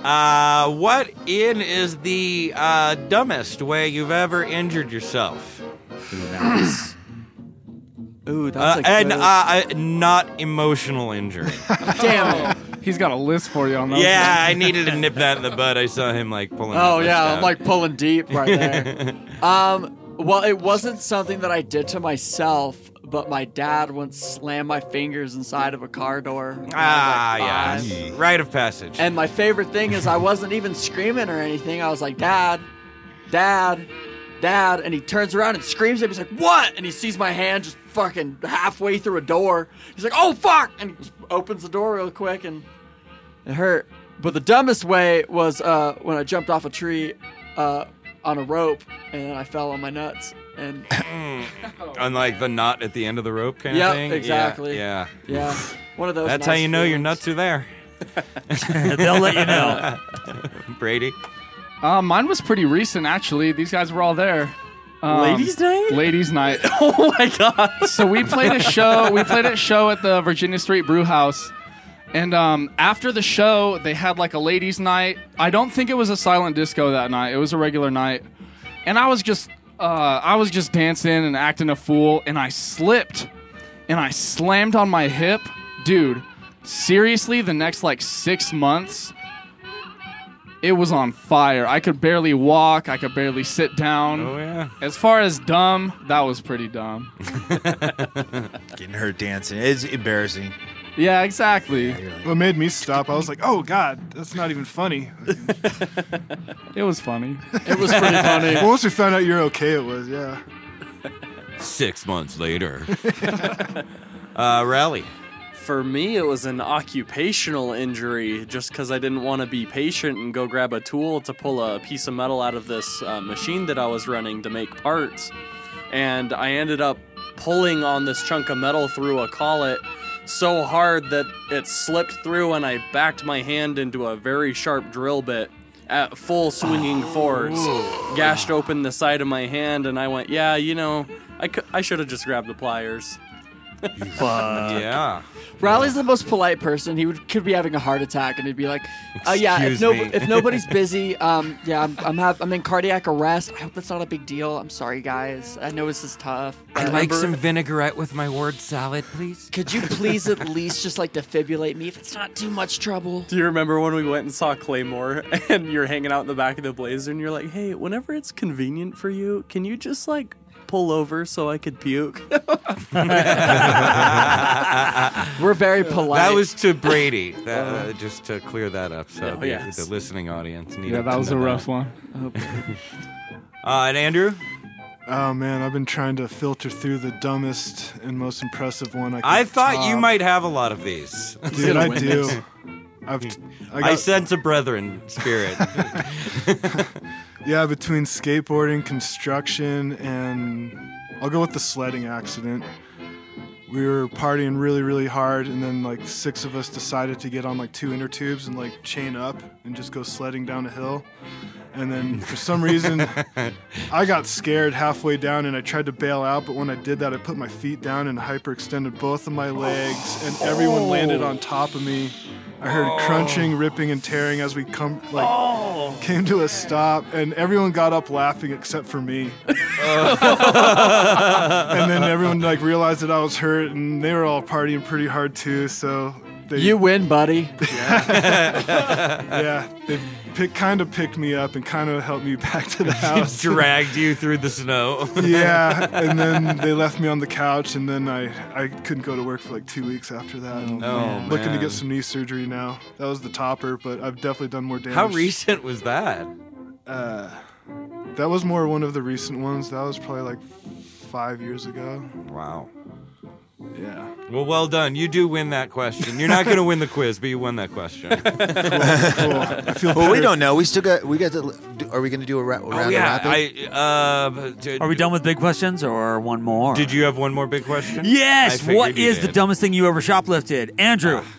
S6: Uh, what in is the uh, dumbest way you've ever injured yourself?
S9: Ooh,
S6: Uh,
S14: that's a
S6: and
S14: good-
S6: uh, uh, not emotional injury.
S9: Damn
S14: it. He's got a list for you on that.
S6: yeah, I needed to nip that in the bud. I saw him like pulling.
S9: Oh
S6: that
S9: yeah,
S6: list
S9: I'm
S6: out.
S9: like pulling deep right there. um, well, it wasn't something that I did to myself, but my dad once slammed my fingers inside of a car door. when I was, like,
S6: ah,
S9: five.
S6: yeah, rite of passage.
S9: And my favorite thing is I wasn't even screaming or anything. I was like, Dad, Dad, Dad. And he turns around and screams at me. He's like, What? And he sees my hand just fucking halfway through a door. He's like, Oh, fuck. And he just opens the door real quick and it hurt. But the dumbest way was uh, when I jumped off a tree uh, on a rope and I fell on my nuts. And
S6: Unlike the knot at the end of the rope kind
S9: Yep,
S6: of thing. Yeah,
S9: exactly.
S6: Yeah,
S9: Yeah, one of those
S6: That's how
S9: nice
S6: you know your
S9: feelings.
S6: nuts are there.
S8: They'll let you know.
S6: Brady.
S14: Uh, mine was pretty recent, actually. These guys were all there. Um,
S15: Ladies' night?
S14: Ladies' night.
S15: oh my god!
S14: So we played a show. We played a show at the Virginia Street Brew House, and um, after the show, they had like a ladies' night. I don't think it was a silent disco that night. It was a regular night, and I was just, uh, I was just dancing and acting a fool, and I slipped, and I slammed on my hip, dude. Seriously, the next like six months, it was on fire. I could barely walk. I could barely sit down.
S6: Oh, yeah.
S14: As far as dumb, that was pretty dumb.
S7: Getting hurt dancing. It's embarrassing.
S14: yeah, exactly.
S3: What made me stop? I was like, oh god, that's not even funny.
S14: it was funny.
S9: It was pretty funny.
S3: Well, once we found out you're okay, it was yeah.
S6: Six months later. uh, rally.
S15: For me, it was an occupational injury just because I didn't want to be patient and go grab a tool to pull a piece of metal out of this uh, machine that I was running to make parts. And I ended up pulling on this chunk of metal through a collet so hard that it slipped through and I backed my hand into a very sharp drill bit at full swinging force. Gashed open the side of my hand and I went, yeah, you know, I, cou- I should have just grabbed the pliers.
S8: Fuck.
S6: Yeah.
S9: Riley's the most polite person. He would, could be having a heart attack, and he'd be like, uh, "Yeah, if,
S6: Excuse
S9: no,
S6: me.
S9: if nobody's busy, um, yeah, I'm I'm, have, I'm in cardiac arrest. I hope that's not a big deal. I'm sorry, guys. I know this is tough.
S6: I'd
S9: but-
S6: like some vinaigrette with my word salad, please.
S9: Could you please at least just like defibrillate me if it's not too much trouble?
S15: Do you remember when we went and saw Claymore and you're hanging out in the back of the blazer and you're like, hey, whenever it's convenient for you, can you just like pull over so I could puke?
S9: We're very polite.
S6: That was to Brady, that, uh, just to clear that up, so
S15: Oh,
S6: the,
S15: yes.
S6: the listening audience needed.
S14: Yeah, that
S6: to
S14: was
S6: know
S14: a rough one.
S6: Uh, and Andrew,
S3: Oh man, I've been trying to filter through the dumbest and most impressive one I. Could
S6: I thought you
S9: Uh,
S3: top.
S6: might have a lot of these.
S3: Dude, I do. I've,
S6: I,
S3: I got-
S6: sense a brethren spirit.
S3: Yeah, between skateboarding, construction, and I'll go with the sledding accident. We were partying really, really hard, and then like six of us decided to get on like two inner tubes and like chain up and just go sledding down a hill. And then for some reason, I got scared halfway down and I tried to bail out, but when I did that, I put my feet down and hyperextended both of my legs, and everyone landed on top of me. I heard crunching, ripping, and tearing as we come like came to a stop, and everyone got up laughing except for me. and then everyone like realized that I was hurt, and they were all partying pretty hard too. So they,
S9: you win, buddy.
S3: yeah, they
S9: pick, kind of picked me up and kind of helped me back to the house.
S6: dragged you through the snow.
S9: yeah, and then they left me on the couch, and then I, I couldn't go to work for like two weeks after that. And
S6: Oh, man.
S9: looking to get some knee surgery now. That was the topper, but I've definitely done more damage.
S6: How recent was that?
S9: Uh, that was more one of the recent ones. That was probably like five years ago.
S6: Wow.
S9: Yeah.
S6: Well, well done. You do win that question. You're not going to win the quiz, but you won that question.
S7: well, we don't know. We still got. We got. To, do- are we going to do a ra- round?
S6: Oh, yeah.
S7: Of rapid?
S6: I, uh, d-
S8: Are we done with big questions or one more?
S6: Did you have one more big question? I
S8: Yes.
S6: figured
S8: What
S6: you
S8: is the
S6: did.
S8: dumbest thing you ever shoplifted, Andrew?
S9: Ah.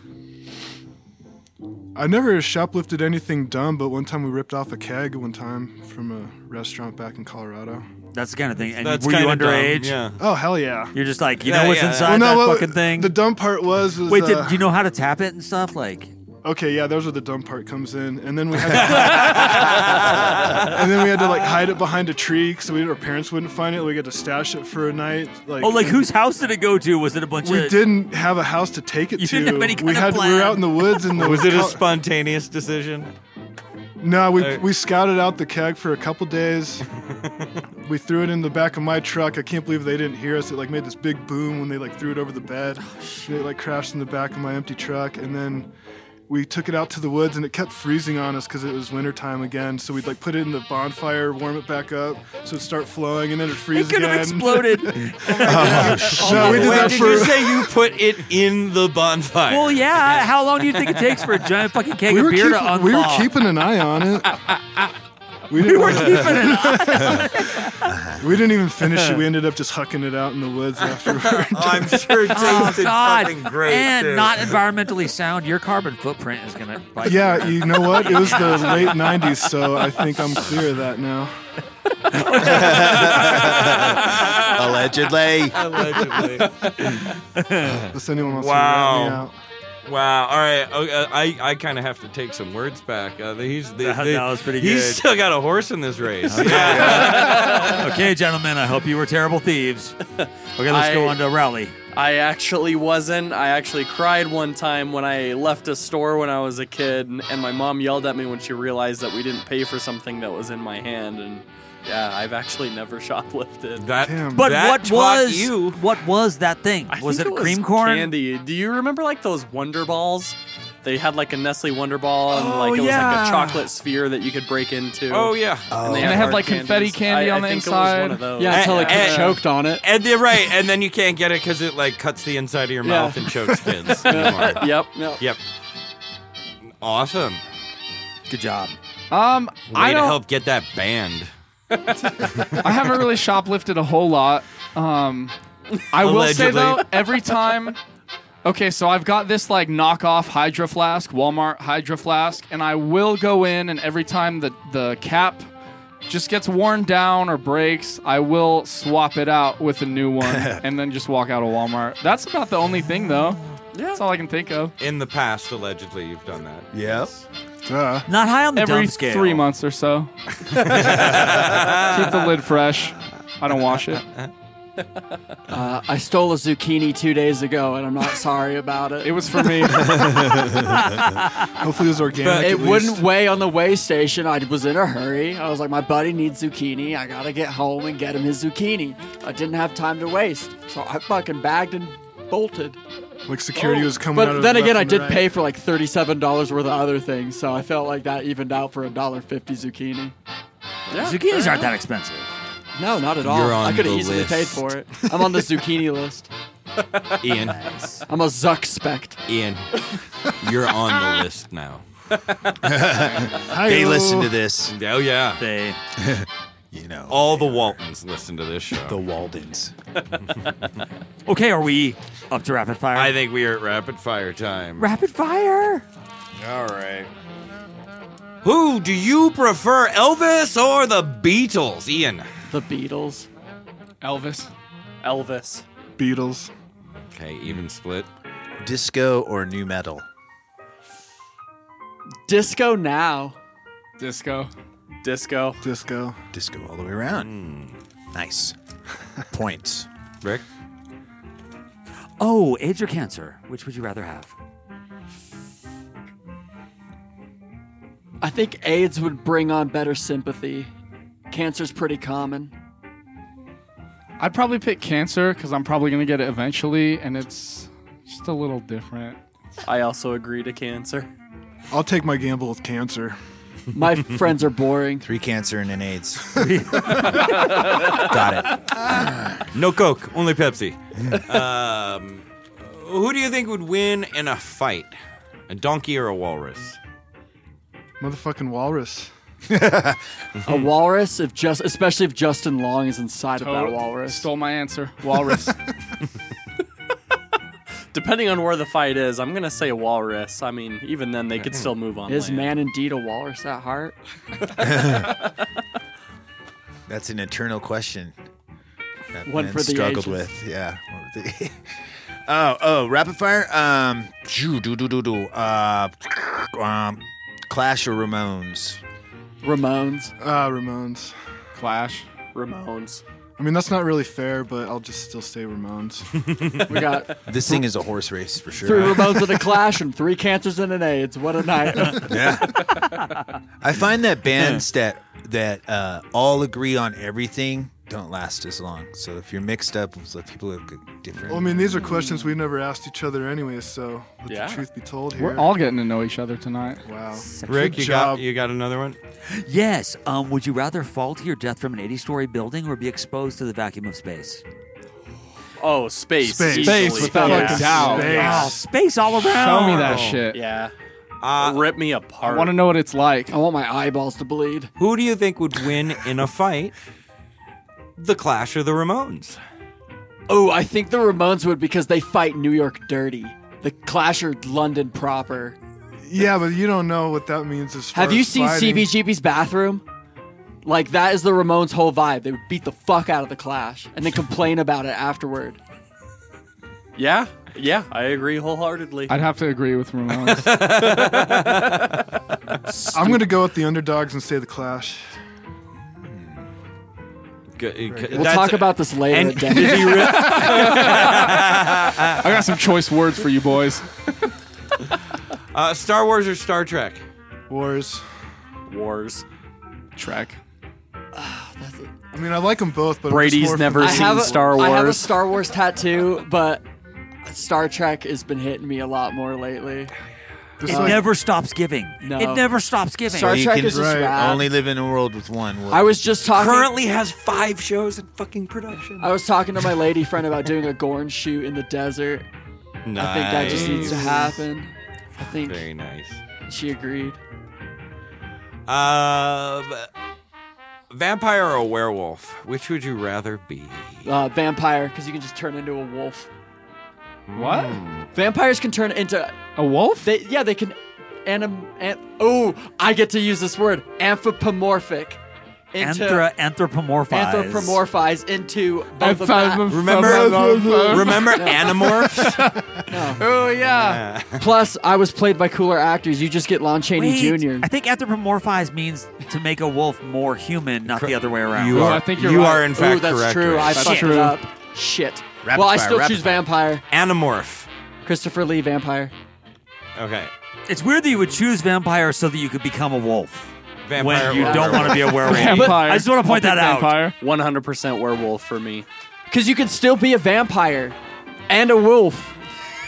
S9: I never shoplifted anything dumb, but one time we ripped off a keg one time from a restaurant back in Colorado.
S8: That's the kind of thing. And
S9: That's
S8: were you
S9: kinda dumb,
S8: underage?
S9: yeah. Oh hell yeah!
S8: You're just like you
S9: Yeah,
S8: know what's
S9: yeah.
S8: inside
S9: Well, no,
S8: that
S9: what-
S8: fucking thing.
S9: The dumb part was, was
S8: Wait, did,
S9: uh,
S8: do you know how to tap it and stuff? Like
S9: Okay, yeah, those are the dumb part comes in, and then we had to, and then we had to like hide it behind a tree so we, our parents wouldn't find it. We had to stash it for a night. Like,
S8: oh, like whose house did it go to? Was it a bunch
S9: uh, We
S8: of?
S9: didn't have a house to take it
S8: You
S9: to.
S8: didn't have any
S9: we
S8: kind of
S9: had we were
S8: plan.
S9: out in the woods, and the
S6: Was it a
S9: Col-
S6: spontaneous decision?
S9: No, we,
S6: Uh,
S9: we scouted out the keg for a couple days. we threw it in the back of my truck. I can't believe they didn't hear us. It like made this big boom when they like threw it over the bed. It like crashed in the back of my empty truck, and then we took it out to the woods, and it kept freezing on us because it was wintertime again. So we'd like put it in the bonfire, warm it back up, so it'd start flowing, and then it freeze
S8: could
S9: again.
S8: have exploded.
S9: no, we did
S6: Wait,
S9: that
S6: did
S9: for.
S6: you say you put it in the bonfire?
S8: Well, yeah. How long do you think it takes for a giant fucking keg
S9: we,
S8: of
S9: were
S8: beer to
S9: keeping,
S8: unthaw?
S9: we were keeping an eye on it. We, didn't
S8: were
S9: want-
S8: keeping an eye
S9: We didn't even finish it. We ended up just hucking it out in the woods afterward.
S6: I'm sure it
S8: Oh
S6: tasted fucking
S8: God!
S6: great.
S8: and
S6: too.
S8: not environmentally sound. Your carbon footprint is gonna. Bite
S9: yeah, you know what? It was the late '90s, so I think I'm clear of that now.
S7: Allegedly.
S6: Allegedly.
S9: Does anyone wants to rat me
S6: Wow.
S9: out?
S6: Wow. All right. Oh, uh, I, I kind of have to take some words back. Uh, he's, the,
S8: That-
S6: the-
S8: that was pretty
S6: He's
S8: good.
S6: still got a horse in this race.
S8: okay, gentlemen. I hope you were terrible thieves. Okay, let's go
S24: I-
S8: on to Rowley.
S24: I actually wasn't. I actually cried one time when I left a store when I was a kid, and and my mom yelled at me when she realized that we didn't pay for something that was in my hand. And yeah, I've actually never shoplifted.
S6: That,
S8: But what was what was that thing? was it,
S24: think
S8: a cream corn?
S24: Candy. Do you remember like those Wonder Balls? They had like a Nestle Wonder Ball and
S8: Oh,
S24: like it was like
S8: yeah.
S24: a chocolate sphere that you could break into.
S6: Oh, yeah.
S7: Uh,
S25: And they have,
S24: hard
S25: like, confetti
S24: candies.
S25: candy
S24: I-
S25: on
S24: I
S25: the
S24: think it was one
S25: inside.
S24: of those. Eh,
S25: Yeah, until it gets choked on it.
S6: And they're right. And then you can't get it because it like cuts the inside of your
S24: Yeah.
S6: mouth and chokes kids. anymore.
S24: Yep.
S6: Yep. Awesome.
S8: Good job.
S25: Um,
S6: Way
S25: I
S6: to
S25: don't.
S6: help get that banned.
S25: I haven't really shoplifted a whole lot. Um, I will say though,
S6: Allegedly.
S25: every time. Okay, so I've got this like knockoff Hydro Flask, Walmart Hydro Flask, and I will go in, and every time the the cap just gets worn down or breaks, I will swap it out with a new one, and then just walk out of Walmart. That's about the only thing though. That's all I can think of.
S6: In the past, allegedly, you've done that.
S7: Yep.
S8: Not high on the
S25: every
S8: dumb scale.
S25: three months or so. Keep the lid fresh. I don't wash it.
S26: Uh, I stole a zucchini two days ago, and I'm not sorry about it.
S25: It was for me.
S9: Hopefully, it was organic.
S26: But it
S9: at
S26: wouldn't
S9: least.
S26: weigh on the weigh station. I was in a hurry. I was like, my buddy needs zucchini. I gotta get home and get him his zucchini. I didn't have time to waste, so I fucking bagged and bolted.
S9: Like security was coming. out
S26: But
S9: of
S26: then
S9: left
S26: again, I
S9: and
S26: did
S9: right.
S26: pay for like thirty-seven dollars worth of other things, so I felt like that evened out for a dollar fifty zucchini.
S8: Zucchinis aren't that expensive.
S26: No, not at all.
S8: You're
S26: I
S8: on
S26: could have
S8: the
S26: easily
S8: list.
S26: paid for it. I'm on the zucchini list.
S6: Ian.
S26: I'm a zuck spect.
S6: Ian, you're on the list now.
S7: They listen to this.
S6: Oh yeah.
S8: They.
S7: you know.
S6: All the Waltons listen to this show.
S7: The Waldens.
S8: Okay, are we up to rapid fire?
S6: I think we are at rapid fire time.
S8: Rapid fire.
S6: All right. Who do you prefer, Elvis or the Beatles, Ian?
S26: The Beatles.
S25: Elvis.
S24: Elvis.
S9: Beatles.
S6: Okay, even split.
S7: Disco or new metal?
S26: Disco now.
S25: Disco.
S24: Disco.
S9: Disco.
S7: Disco all the way
S26: Hmm.
S7: around. Nice. Points.
S6: Rick?
S8: Oh, AIDS or cancer? Which would you rather have?
S9: I think AIDS would bring on better sympathy. Cancer's pretty common.
S14: I'd probably pick cancer because I'm probably gonna get it eventually, and it's just a little different.
S15: I also agree to cancer.
S3: I'll take my gamble with cancer.
S9: My friends are boring.
S7: Three cancer and an AIDS.
S6: Got it. No Coke, only Pepsi. um, who do you think would win in a fight? A donkey or a walrus?
S3: Motherfucking walrus.
S9: A walrus, if just especially if Justin Long is inside of that
S14: Totally.
S9: walrus.
S14: Oh, Stole my answer. Walrus.
S15: Depending on where the fight is, I'm gonna say walrus. I mean, even then they could still move on.
S9: Is
S15: land.
S9: man indeed a walrus at heart?
S7: That's an eternal question. That
S9: One
S7: man
S9: for the
S7: struggled
S9: ages.
S7: with. Yeah. oh, oh, rapid fire. Um, do do do do do. Uh, um, Clash or Ramones?
S9: Ramones.
S3: Ah, Ramones.
S14: Clash.
S15: Ramones.
S3: I mean, that's not really fair, but I'll just still say Ramones.
S9: We got-
S7: This thing is a horse race for sure.
S9: Three Ramones in a clash and three cancers and an AIDS. What a night.
S7: Yeah. I find that bands that that uh, all agree on everything don't last as long. So if you're mixed up with like, people who have different,
S3: well, I mean, these are questions we've never asked each other anyway, so let
S7: Yeah.
S3: the truth be told here.
S14: We're all getting to know each other tonight.
S3: Wow.
S6: Rick, you got you got another one?
S8: Yes. Um, would you rather fall to your death from an 80 story building or be exposed to the vacuum of space?
S15: Oh, space.
S8: Space.
S15: easily.
S8: Space without a Yeah. doubt. Space. Wow, space all around.
S14: Show me
S6: Oh.
S14: that shit.
S15: Yeah. Rip me apart.
S14: I want to know what it's like. I
S9: want my eyeballs to bleed.
S6: Who do you think would win in a fight? The Clash or the Ramones?
S9: Oh, I think the Ramones would because they fight New York dirty. The Clash are London proper.
S3: Yeah, but you don't know what that means as far
S9: Have you
S3: as
S9: seen
S3: fighting.
S9: CBGB's bathroom? Like that is the Ramones' whole vibe. They would beat the fuck out of the Clash and then complain about it afterward.
S15: Yeah, yeah, I agree wholeheartedly.
S14: I'd have to agree with Ramones.
S3: I'm going to go with the underdogs and say the Clash.
S9: We'll talk about this later.
S3: and-
S9: at dinner.
S3: Did you
S14: I got some choice words for you boys.
S6: Uh, Star Wars or Star Trek?
S3: Wars.
S15: Wars.
S14: Trek.
S3: I mean, I like them both, but I'm just more
S9: I have a-
S15: Star
S9: I have a
S15: Wars.
S9: Star Wars tattoo, but Star Trek has been hitting me a lot more lately.
S8: It
S9: Uh,
S8: never stops giving.
S9: No.
S8: It never stops giving.
S9: Star
S7: you
S9: Trek
S7: can
S9: is just rad.
S7: only live in a world with one.
S9: I was just talking.
S6: Currently has five shows in fucking production.
S9: I was talking to my lady friend about doing a Gorn shoot in the desert. I think that just needs to
S6: Nice.
S9: happen. I think
S6: Very nice.
S9: she agreed.
S6: Uh, vampire or werewolf? Which would you rather be?
S9: Uh, vampire, because you can just turn into a wolf.
S6: What?
S9: Vampires can turn into
S14: a wolf.
S9: They, yeah, they can. Anim, an, oh, I get to use this word anthropomorphic. Into,
S8: Anthra- anthropomorphize.
S9: anthropomorphize into both of that.
S8: Anthropomorph- Remember- remember
S9: No.
S8: Animorphs?
S9: no.
S14: Oh
S8: yeah.
S9: Plus, I was played by cooler actors. You just get Lon Chaney
S8: Wait,
S9: Jr.
S8: I think anthropomorphize means to make a wolf more human, not the other way around.
S6: You Oh, are- I think you're you right. are in fact
S9: Ooh, that's
S6: correct,
S9: true.
S6: Rick.
S9: I
S6: That's
S9: fucked
S6: true.
S9: it up. Shit.
S6: Rapid
S9: well, I
S6: fire,
S9: still
S6: rapid
S9: choose vampire.
S6: Animorph.
S9: Christopher Lee vampire.
S6: Okay.
S8: It's weird that you would choose vampire so that you could become a wolf.
S6: Vampire
S8: when you
S15: or
S8: don't want to be a werewolf.
S15: werewolf.
S8: But I just want to point that out.
S15: One hundred percent werewolf for me.
S9: Because you can still be a vampire and a wolf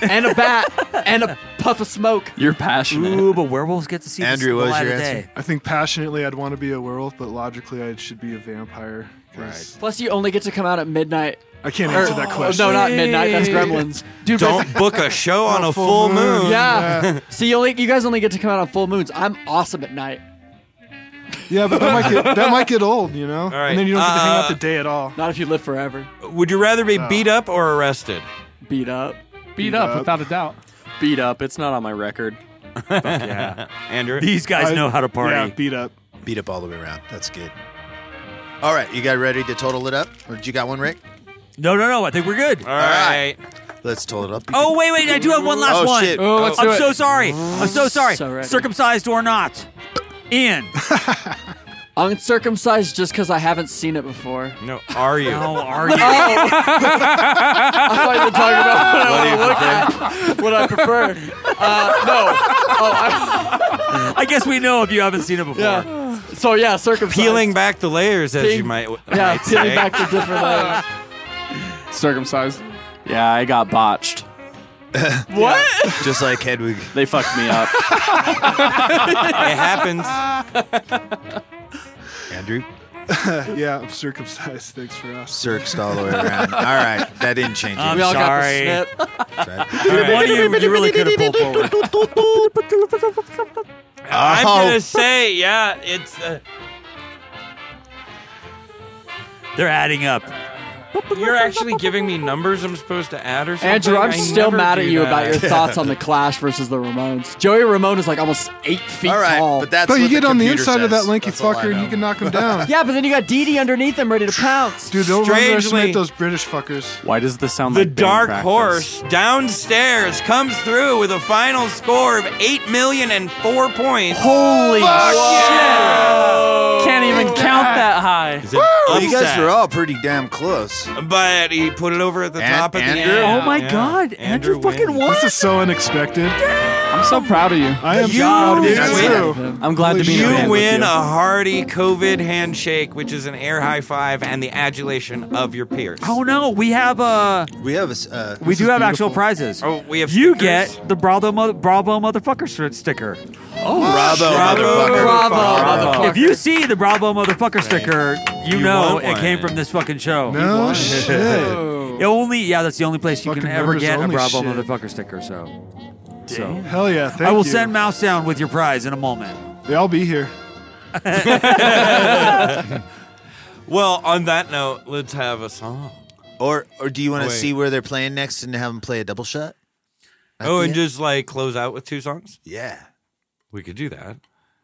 S9: and a bat and a puff of smoke.
S15: You're passionate.
S8: Ooh, but werewolves get to see
S9: Andrew,
S8: the,
S9: what
S8: the
S9: was
S8: light
S9: your
S8: of
S9: answer?
S8: day.
S3: I think passionately I'd want to be a werewolf, but logically I should be a vampire. Right.
S9: Plus, you only get to come out at midnight.
S3: I can't
S9: Or- oh,
S3: answer that question.
S9: No, not midnight. That's Gremlins. Dude,
S6: Don't book a show on a full moon.
S9: Yeah. See, you, only, you guys only get to come out on full moons. I'm awesome at night.
S3: Yeah, but that might get, that might get old, you know?
S6: right.
S3: And then you don't get to hang
S6: Uh,
S3: out the day at all.
S9: Not if you live forever.
S6: Would you rather be
S3: No.
S6: beat up or arrested?
S9: Beat up.
S14: Beat, up, without a doubt.
S15: Beat up. It's not on my record.
S6: yeah. Andrew?
S8: These guys know how to party.
S3: beat up.
S7: Beat up all the way around. That's good. All right, you guys ready to total it up? Or did you got one, Rick?
S8: No, no, no. I think we're good. All
S6: right.
S7: Let's total it up.
S8: Oh wait, wait! I do have one last
S7: Oh,
S8: one.
S7: shit. Oh, let's
S8: I'm
S7: do it.
S8: so sorry. I'm so sorry.
S7: So ready.
S8: Circumcised or not, Ian?
S9: I'm circumcised just because I haven't seen it before.
S6: No, are you?
S8: No, are
S9: Oh. I thought you were talking about what,
S6: What do you
S9: I would look at. What I prefer. Uh, no. Oh, I,
S8: I guess we know if you haven't seen it before.
S9: Yeah. So yeah, circumcised.
S6: Peeling back the layers, as you might.
S9: Yeah,
S6: might
S9: peeling
S6: say.
S9: back the different layers.
S14: Circumcised.
S15: Yeah, I got botched.
S9: what?
S7: Just like Hedwig.
S15: They fucked me up.
S6: it happens.
S7: Andrew?
S3: yeah, I'm circumcised. Thanks for asking.
S7: Circed all the way around. All right, that didn't change it.
S3: I'm We all got the sorry. snip.
S8: One of you, you really could have pulled forward.
S6: I'm
S8: Oh.
S6: gonna say, yeah, it's. Uh,
S8: They're adding up.
S6: you're actually giving me numbers I'm supposed to add or something.
S9: Andrew, I'm
S6: I
S9: still
S6: never
S9: mad at
S6: do
S9: you about your
S6: that.
S9: thoughts on the Clash versus the Ramones. Joey Ramone is like almost eight feet
S7: All right,
S9: tall.
S7: but that's
S3: But Oh, you what get the on the computer inside of says. that lanky That's all I fucker and know. you can knock him down.
S9: yeah, but then you got Dee Dee underneath him ready to pounce.
S3: Dude, don't underestimate those British fuckers.
S15: Why does this sound
S6: The
S15: like band
S6: dark
S15: practice?
S6: horse downstairs comes through with a final score of eight million and four points.
S15: Holy
S6: Fuck
S15: shit!
S6: yeah!
S15: Can't even count that high.
S6: Is it
S7: Well, Oh, you guys
S6: upset?
S7: were all pretty damn close.
S6: But he put it over at the
S7: And-
S6: top at
S7: Andrew?
S6: the end.
S7: Oh my
S6: Yeah.
S8: God,
S6: Andrew, fucking won.
S3: This is so unexpected.
S14: I'm so proud of you.
S3: I am
S6: You
S3: so proud of you. guys,
S6: win.
S3: too.
S15: I'm glad to be in a
S6: You
S15: band with
S6: win
S15: you.
S6: a hearty COVID handshake, which is an air high five and the adulation of your peers.
S8: Oh no, we have uh
S7: We have a. s- Uh,
S8: we do have actual prizes.
S6: Oh, we have
S8: You
S6: stickers?
S8: get the Bravo Mo- Bravo motherfucker shirt sticker.
S7: Oh, Bravo, motherfucker. Uh,
S9: Bravo, motherfucker.
S8: If you see the Bravo motherfucker sticker, you,
S7: You
S8: know
S7: want
S8: it came
S7: one.
S8: from this fucking show.
S3: No shit.
S8: It only yeah, that's the only place you
S3: Fucking
S8: can ever
S3: members
S8: get a
S3: only
S8: Bravo
S3: shit.
S8: motherfucker sticker. So, so
S3: Hell yeah, thank
S8: I will
S3: you.
S8: send Mouse down with your prize in a moment.
S3: Yeah, I'll be here.
S6: Well, on that note, let's have a song.
S7: Or, or do you want
S6: Oh,
S7: to
S6: wait.
S7: see where they're playing next and have them play a double shot? At
S6: Oh,
S7: the
S6: and
S7: end?
S6: just like close out with two songs?
S7: Yeah.
S6: We could do that.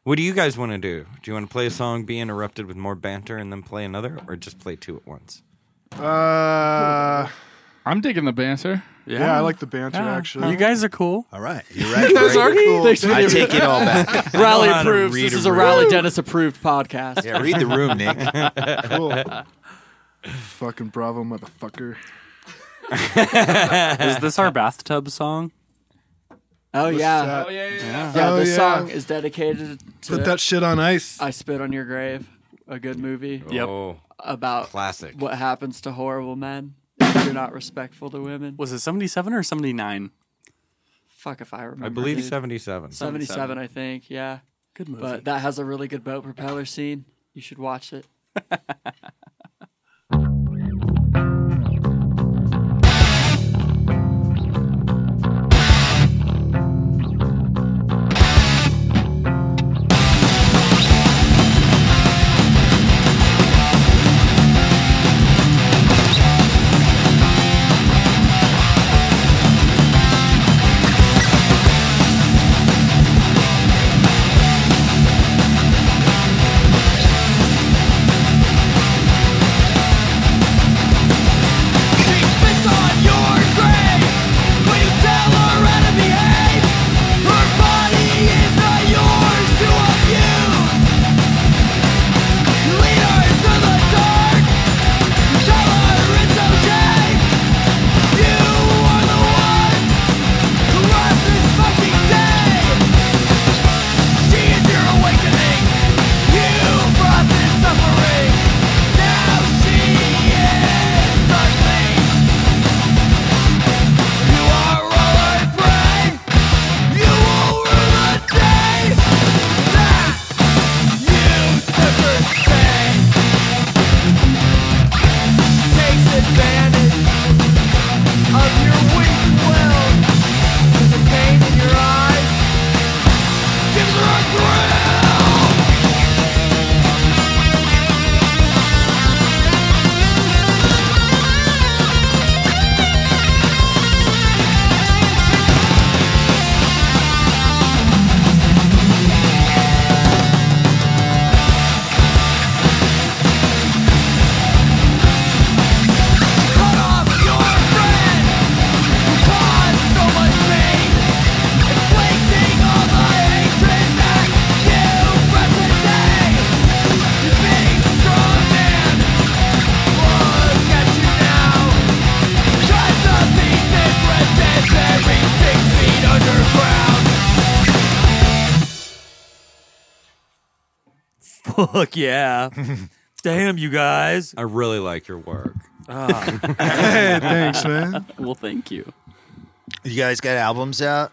S6: What do you guys want to do? Do you want to play a song, be interrupted with more banter, and then play another, or just play two at once?
S3: Uh,
S14: I'm digging the banter.
S3: yeah. I like the banter actually.
S15: You guys are cool.
S7: All right. You're right.
S3: guys are cool.
S9: Thanks for
S7: I
S9: the-
S7: take it all back.
S9: Rally
S6: know how to
S9: approves.
S6: read
S9: This
S6: a
S9: is a
S6: room.
S9: Rally Dennis approved podcast.
S7: Yeah, read the room, Nick.
S3: Fucking bravo, motherfucker.
S15: Is this our bathtub song?
S9: Oh yeah.
S3: that?
S9: oh yeah, yeah,
S3: Oh,
S9: this
S3: yeah.
S9: song is dedicated to
S3: Put that shit on ice.
S9: I spit on your grave, a good movie
S15: Yep.
S6: Oh,
S9: about
S6: classic.
S9: what happens to horrible men if you're not respectful to women.
S15: Was it 77 or 79?
S9: Fuck if I remember.
S6: I believe
S9: dude.
S6: 77.
S9: 77, I think. Yeah.
S15: Good movie.
S9: But that has a really good boat propeller scene. You should watch it.
S1: Thank
S8: Fuck yeah. Damn, you guys.
S6: I really like your work.
S1: Well, thank you.
S7: You guys got albums out?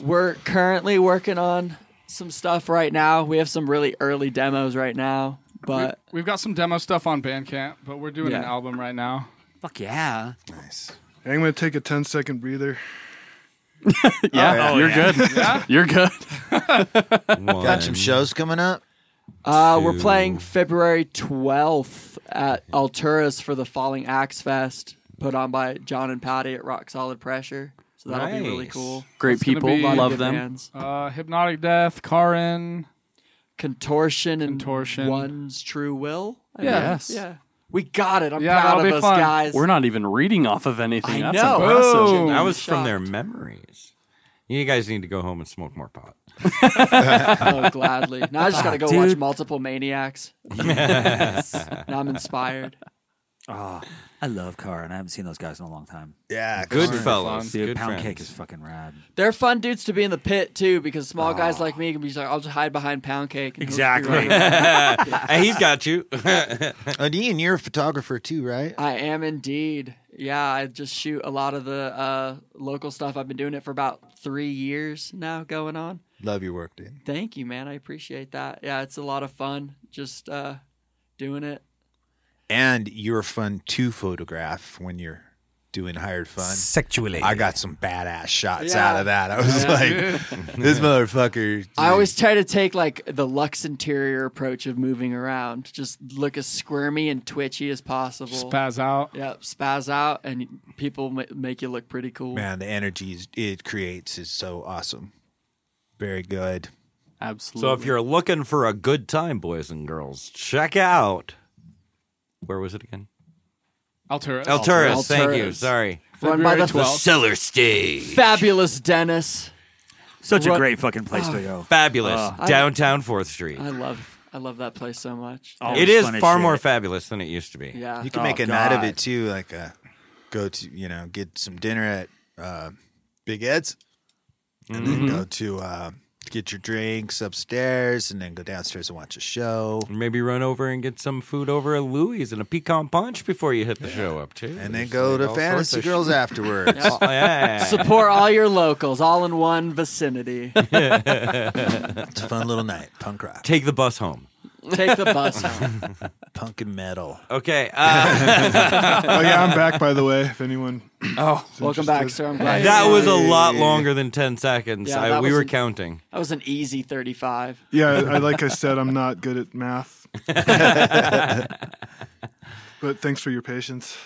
S1: We're currently working on some stuff right now. We have some really early demos right now, but
S5: we, have got some demo stuff on Bandcamp, but we're doing an
S1: Yeah.
S5: album right now.
S8: Fuck yeah!
S5: Nice.
S27: I'm gonna take a 10 second breather.
S1: Yeah,
S27: Oh,
S1: you're
S27: yeah.
S1: good.
S27: Yeah?
S1: You're good.
S7: Got some shows coming up?
S1: Uh, we're playing February 12th at Alturas for the Falling Axe Fest, put on by John and Patty at Rock Solid Pressure. So that'll be really
S9: Nice.
S1: cool.
S9: Great
S1: It's gonna
S9: people,
S1: be a lot of
S9: love
S1: good
S9: them.
S1: bands.
S5: Uh, Hypnotic Death, Karin,
S1: Contortion,
S5: and Contortion.
S1: One's True Will. I
S5: Yeah.
S1: guess.
S5: Yes.
S1: Yeah. We got it. I'm
S5: Yeah,
S1: proud
S5: that'll
S1: of
S5: be
S1: us,
S5: fun.
S1: guys.
S9: We're not even reading off of anything.
S1: I
S9: That's
S1: know.
S9: impressive.
S1: Boom.
S6: That was
S1: Shocked.
S6: from their memories. You guys need to go home and smoke more pot.
S1: oh, gladly. Now I just got to go
S6: Dude.
S1: watch Multiple Maniacs.
S8: Yes.
S1: now I'm inspired.
S8: Ah, I love Car, and I haven't seen those guys in a long time.
S7: Yeah,
S6: Good fellas.
S8: Dude,
S6: Good
S8: Pound
S6: friends.
S8: Cake is fucking rad.
S1: They're fun dudes to be in the pit too, because small guys like me can be just like, I'll just hide behind pound cake. and he'll just be right back."
S6: Hey, he's got you.
S7: Uh, and Ian, you're a photographer too, right?
S1: I am indeed. Yeah, I just shoot a lot of the uh, local stuff. I've been doing it for about three years now, going on.
S7: Love your work, dude.
S1: Thank you, man. I appreciate that. Yeah, it's a lot of fun just uh, doing it.
S7: And you're fun to photograph when you're doing hired fun.
S1: Sexually.
S7: I got some badass shots
S1: Yeah.
S7: out of that. I was
S1: Yeah.
S7: like, this motherfucker.
S1: I always try to take like the Lux interior approach of moving around. Just look as squirmy and twitchy as possible.
S5: Spaz out.
S1: Yep, spaz out, and people ma- make you look pretty cool.
S7: Man, the energy it creates is so awesome. Very good.
S1: Absolutely.
S6: So if you're looking for a good time, boys and girls, check out. Where was it again?
S5: Alturas.
S6: Alturas. Thank you.
S1: Alturas.
S6: Sorry.
S1: Run by the
S6: the cellar stage.
S1: Fabulous Dennis.
S8: Such
S1: Run-
S8: a great fucking place to
S1: Oh.
S8: go.
S6: Fabulous.
S1: I-
S6: Downtown Fourth Street.
S1: I love, I love that place so much.
S9: Oh,
S6: it is far more fabulous than it used to be.
S1: Yeah.
S7: You can
S1: Oh,
S7: make a night of
S1: God.
S7: it too, like uh go to you know get some dinner at uh, Big Ed's, and then
S6: Mhm.
S7: go to uh, get your drinks upstairs, and then go downstairs and watch a show,
S6: Maybe run over and get some food over at Louie's and a pecan punch before you hit the show up too.
S7: and then go to Fantasy Girls afterwards.
S6: Oh,
S1: Yeah. Support all your locals, all in one vicinity.
S7: it's a fun little night, punk rock,
S6: Take the bus home.
S1: Take the bus home.
S7: punk and metal.
S6: Okay. Uh,
S27: oh yeah, I'm back by the way. If anyone.
S1: Oh,
S27: is
S1: welcome back,
S27: interested.
S1: sir. I'm glad.
S6: That
S1: you're
S6: was a
S1: here.
S6: lot longer than 10 seconds.
S1: Yeah, that
S6: I- we
S1: was uh-huh.
S6: were
S1: an-
S6: counting.
S1: That was an easy 35.
S27: Yeah, I, I- like I said, I'm not good at math. but thanks for your patience.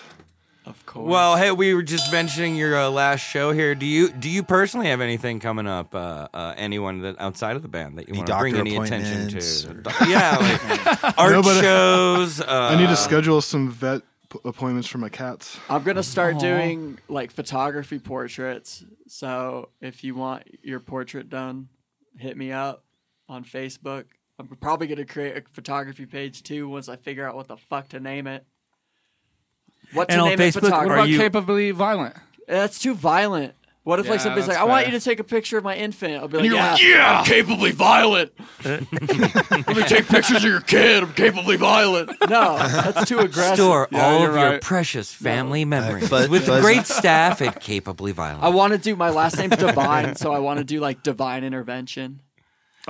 S1: Of course.
S6: Well, hey, we were just mentioning your uh, last show here. Do you do you personally have anything coming up? Uh, uh, anyone that outside of the band that you
S7: Any
S6: want to bring
S7: doctor
S6: any attention to?
S7: appointments
S6: Yeah, like art
S27: No, but I-
S6: shows. Uh,
S27: I need to schedule some vet p- appointments for my cats.
S1: I'm gonna start doing like photography portraits. So if you want your portrait done, hit me up on Facebook. I'm probably gonna create a photography page too once I figure out what the fuck to name it. What to
S8: And on
S1: name
S8: Facebook,
S1: it photography?
S8: are What about you-
S5: capably violent?
S1: That's too violent. What if like
S5: Yeah,
S1: somebody's like, I
S5: that's
S1: want you
S5: fair.
S1: to take a picture of my infant? I'll be like,
S5: And you're
S1: yeah,
S5: like, "Yeah!"
S1: I'm capably violent. Let me take pictures of your kid. I'm capably violent. No, that's too aggressive.
S6: Store
S1: Yeah,
S6: all
S1: you're
S6: of your
S1: right.
S6: precious family memories
S1: fuzz-
S6: with
S1: fuzz-
S6: great staff at Capably
S1: I
S6: Violent.
S1: want to do my last name's Divine, so I want to do like Divine Intervention.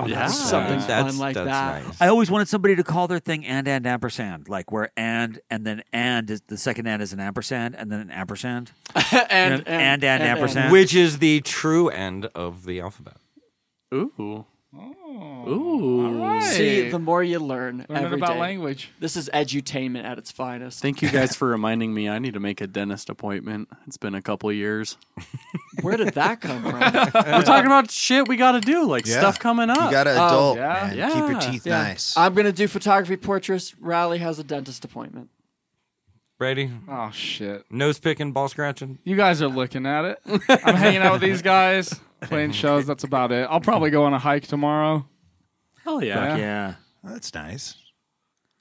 S6: Oh,
S1: Or
S6: that's
S1: something fun
S6: nice. That's-
S1: like
S6: that's
S1: that.
S6: nice.
S8: I always wanted somebody to call their thing and and ampersand, like where and and then and is the second and is an ampersand and then an ampersand
S1: and,
S8: and, and ampersand,
S6: which is the true end of the alphabet.
S9: Ooh.
S1: Ooh. See, the more you learn,
S5: Learning
S1: every
S5: about
S1: day.
S5: language.
S1: This is edutainment at its finest.
S9: Thank you guys for reminding me. I need to make a dentist appointment. It's been a couple years.
S1: Where did that come from?
S9: We're talking about shit we got to do, like
S1: Yeah.
S9: stuff coming up.
S1: You gotta Oh, adult,
S7: yeah. man. Keep your teeth
S1: Yeah.
S7: nice.
S1: I'm gonna do photography portraits. Riley has a dentist appointment.
S6: Brady.
S5: Oh shit.
S6: Nose picking, ball scratching.
S5: You guys are looking at it. I'm hanging out with these guys, playing shows. That's about it. I'll probably go on a hike tomorrow.
S9: Hell
S5: yeah.
S7: Fuck Well, that's nice.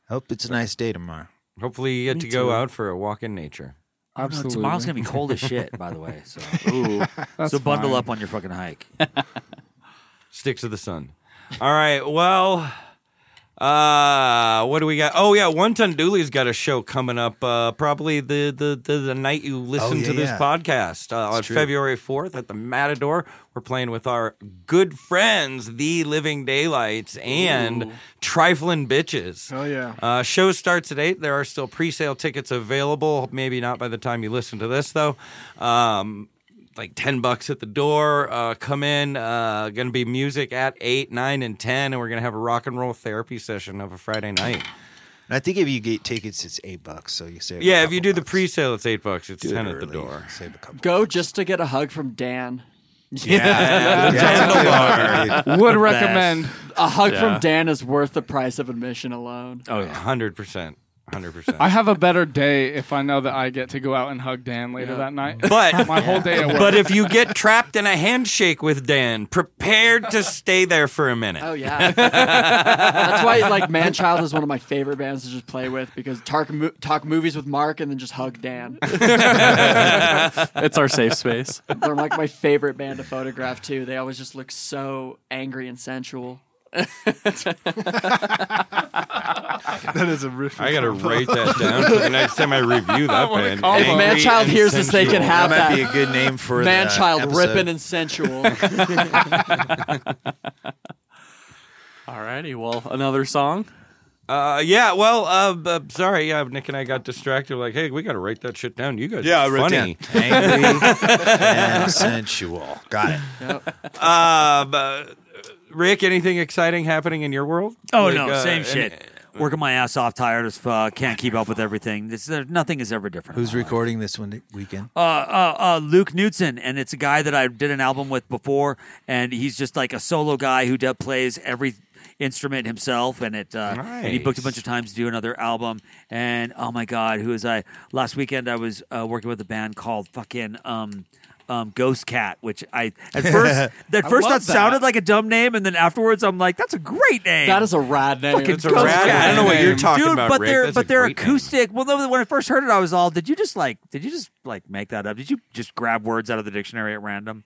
S7: Hope it's a nice day tomorrow.
S6: Hopefully, you get
S7: Me
S6: to go
S7: too.
S6: out for a walk in nature.
S8: Oh, no, tomorrow's gonna be cold as shit, by the way. So,
S6: Ooh. That's
S8: so bundle
S6: fine.
S8: up on your fucking hike.
S6: Stick to the sun. All right. Well, Uh, what do we got? Oh yeah, One Ton Dooley's got a show coming up. Uh, probably the the the, the night you listen
S28: Oh, yeah,
S6: to this
S28: yeah.
S6: podcast uh, on
S28: It's true.
S6: February fourth at the Matador. We're playing with our good friends, The Living Daylights and Triflin' Bitches.
S3: Oh yeah.
S6: Uh, show starts at 8. There are still pre sale tickets available. Maybe not by the time you listen to this, though. Um, like 10 bucks at the door. Uh, come in. Uh, going to be music at 8, 9, and 10. And we're going to have a rock and roll therapy session of a Friday night.
S7: And I think if you get tickets, it's eight bucks. So you save.
S6: yeah, if you do the pre sale, it's 8 bucks. It's
S7: Do it
S6: 10 at the
S7: early.
S6: door.
S7: Save a couple.
S9: Go just to get a hug from Dan.
S6: Yeah. Yeah. Tenderloin.
S9: Would
S6: The
S9: recommend.
S6: best.
S9: A hug
S6: Yeah.
S9: from Dan is worth the price of admission alone.
S6: Oh, yeah. 100%. 100%.
S14: I have a better day if I know that I get to go out and hug Dan later that night.
S6: But
S14: my whole day at work.
S6: But if you get trapped in a handshake with Dan, prepare to stay there for a minute.
S9: Oh yeah, that's why like Manchild is one of my favorite bands to just play with because talk mo- talk movies with Mark and then just hug Dan.
S15: it's our safe space.
S9: They're like my favorite band to photograph too. They always just look so angry and sensual.
S3: that is a riff.
S6: I gotta write that down for the next time I review that band.
S9: If
S6: Angry
S9: Manchild
S6: and
S9: hears this, they can
S6: sensual.
S9: have that.
S6: Man Child
S9: Manchild ripping and sensual.
S15: Alrighty, well, another song.
S6: Uh, yeah, well, uh, b- uh, sorry, yeah, Nick and I got distracted. Like, hey, we gotta write that shit down. You guys,
S7: Yeah, I
S6: are
S7: wrote
S6: funny,
S7: down angry and sensual. Got it.
S6: Uh, but, Rick, anything exciting happening in your world?
S8: Oh
S6: Like,
S8: no,
S6: uh,
S8: same
S6: any-
S8: shit. Working my ass off, tired as fuck. Can't keep up with everything. This there, nothing is ever different.
S7: Who's recording this one weekend?
S8: Uh, uh, uh, Luke Knudsen, and it's a guy that I did an album with before, and he's just like a solo guy who de- plays every instrument himself, and it. Uh, and he booked a bunch of times to do another album, and oh my god, who is I? Last weekend I was uh, working with a band called fucking. Um, um, Ghost Cat, which I at first at
S9: I
S8: first that,
S9: love that.
S8: sounded like a dumb name, and then afterwards I'm like, that's a great name.
S9: That is a rad name.
S8: Fucking
S9: It's a
S8: Ghost Cat.
S9: rad name. I don't know what you're talking
S8: Dude,
S9: about,
S8: But
S9: Rick.
S8: they're
S9: That's a
S8: but they're
S9: great name.
S8: acoustic. Well, no, when I first heard it, I was all, did you just like, did you just like make that up? Did you just grab words out of the dictionary at random?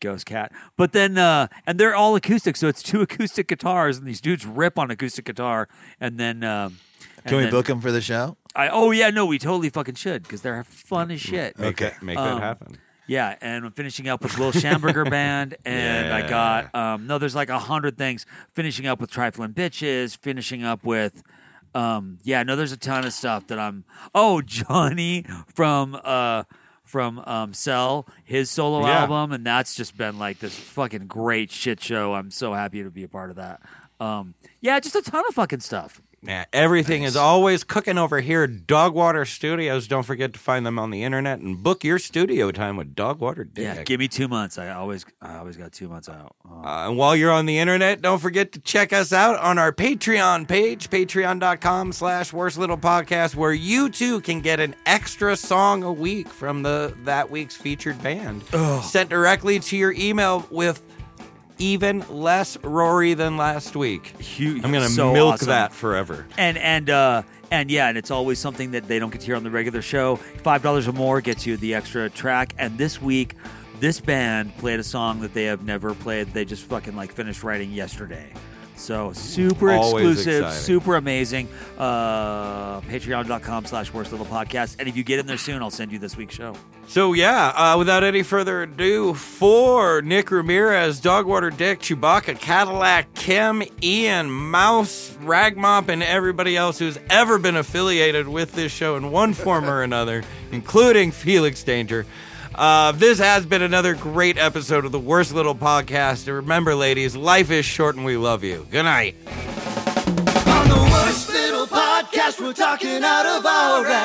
S8: Ghost cat. But then, uh, and they're all acoustic, so it's two acoustic guitars, and these dudes rip on acoustic guitar, and then. Um, and
S7: Can we
S8: then-
S7: book him for the show?
S8: I oh yeah, no, we totally fucking should because they're fun as shit.
S7: Make that- make
S8: Um,
S7: that happen.
S8: Yeah, and I'm finishing up with Will Schamberger band, and I got um, no. There's like a hundred things. Finishing up with Trifling Bitches. Finishing up with, um, yeah, no. There's a ton of stuff that I'm. Oh, Johnny from uh from um Cell, his solo
S15: Yeah.
S8: album, and that's just been like this fucking great shit show. I'm so happy to be a part of that. Um, yeah, just a ton of fucking stuff.
S6: Yeah, everything is always cooking over here. Dogwater Studios. Don't forget to find them on the internet and book your studio time with Dogwater Dick.
S8: Yeah, give me two months. I always, I always got two months out.
S6: Uh, and while you're on the internet, don't forget to check us out on our Patreon page, patreon.com slash worst little podcast, where you too can get an extra song a week from the that week's featured band. Sent directly to your email with even less Rory than last week. I'm going to
S8: so
S6: milk
S8: awesome.
S6: that forever.
S8: And and uh and yeah, and it's always something that they don't get to hear on the regular show. Five dollars or more gets you the extra track. And this week, this band played a song that they have never played. They just fucking like finished writing yesterday. So super
S28: Always
S8: exclusive,
S28: exciting.
S8: super amazing. Uh, Patreon.com slash worst little podcast. And if you get in there soon, I'll send you this week's show.
S6: So yeah, uh, without any further ado, for Nick Ramirez, Dogwater Dick, Chewbacca, Cadillac, Kim, Ian, Mouse, Ragmop, and everybody else who's ever been affiliated with this show in one form or another, including Felix Danger. Uh, this has been another great episode of the Worst Little Podcast. And remember, ladies, life is short and we love you. Good night.
S1: worst little podcast we're talking out of our ass.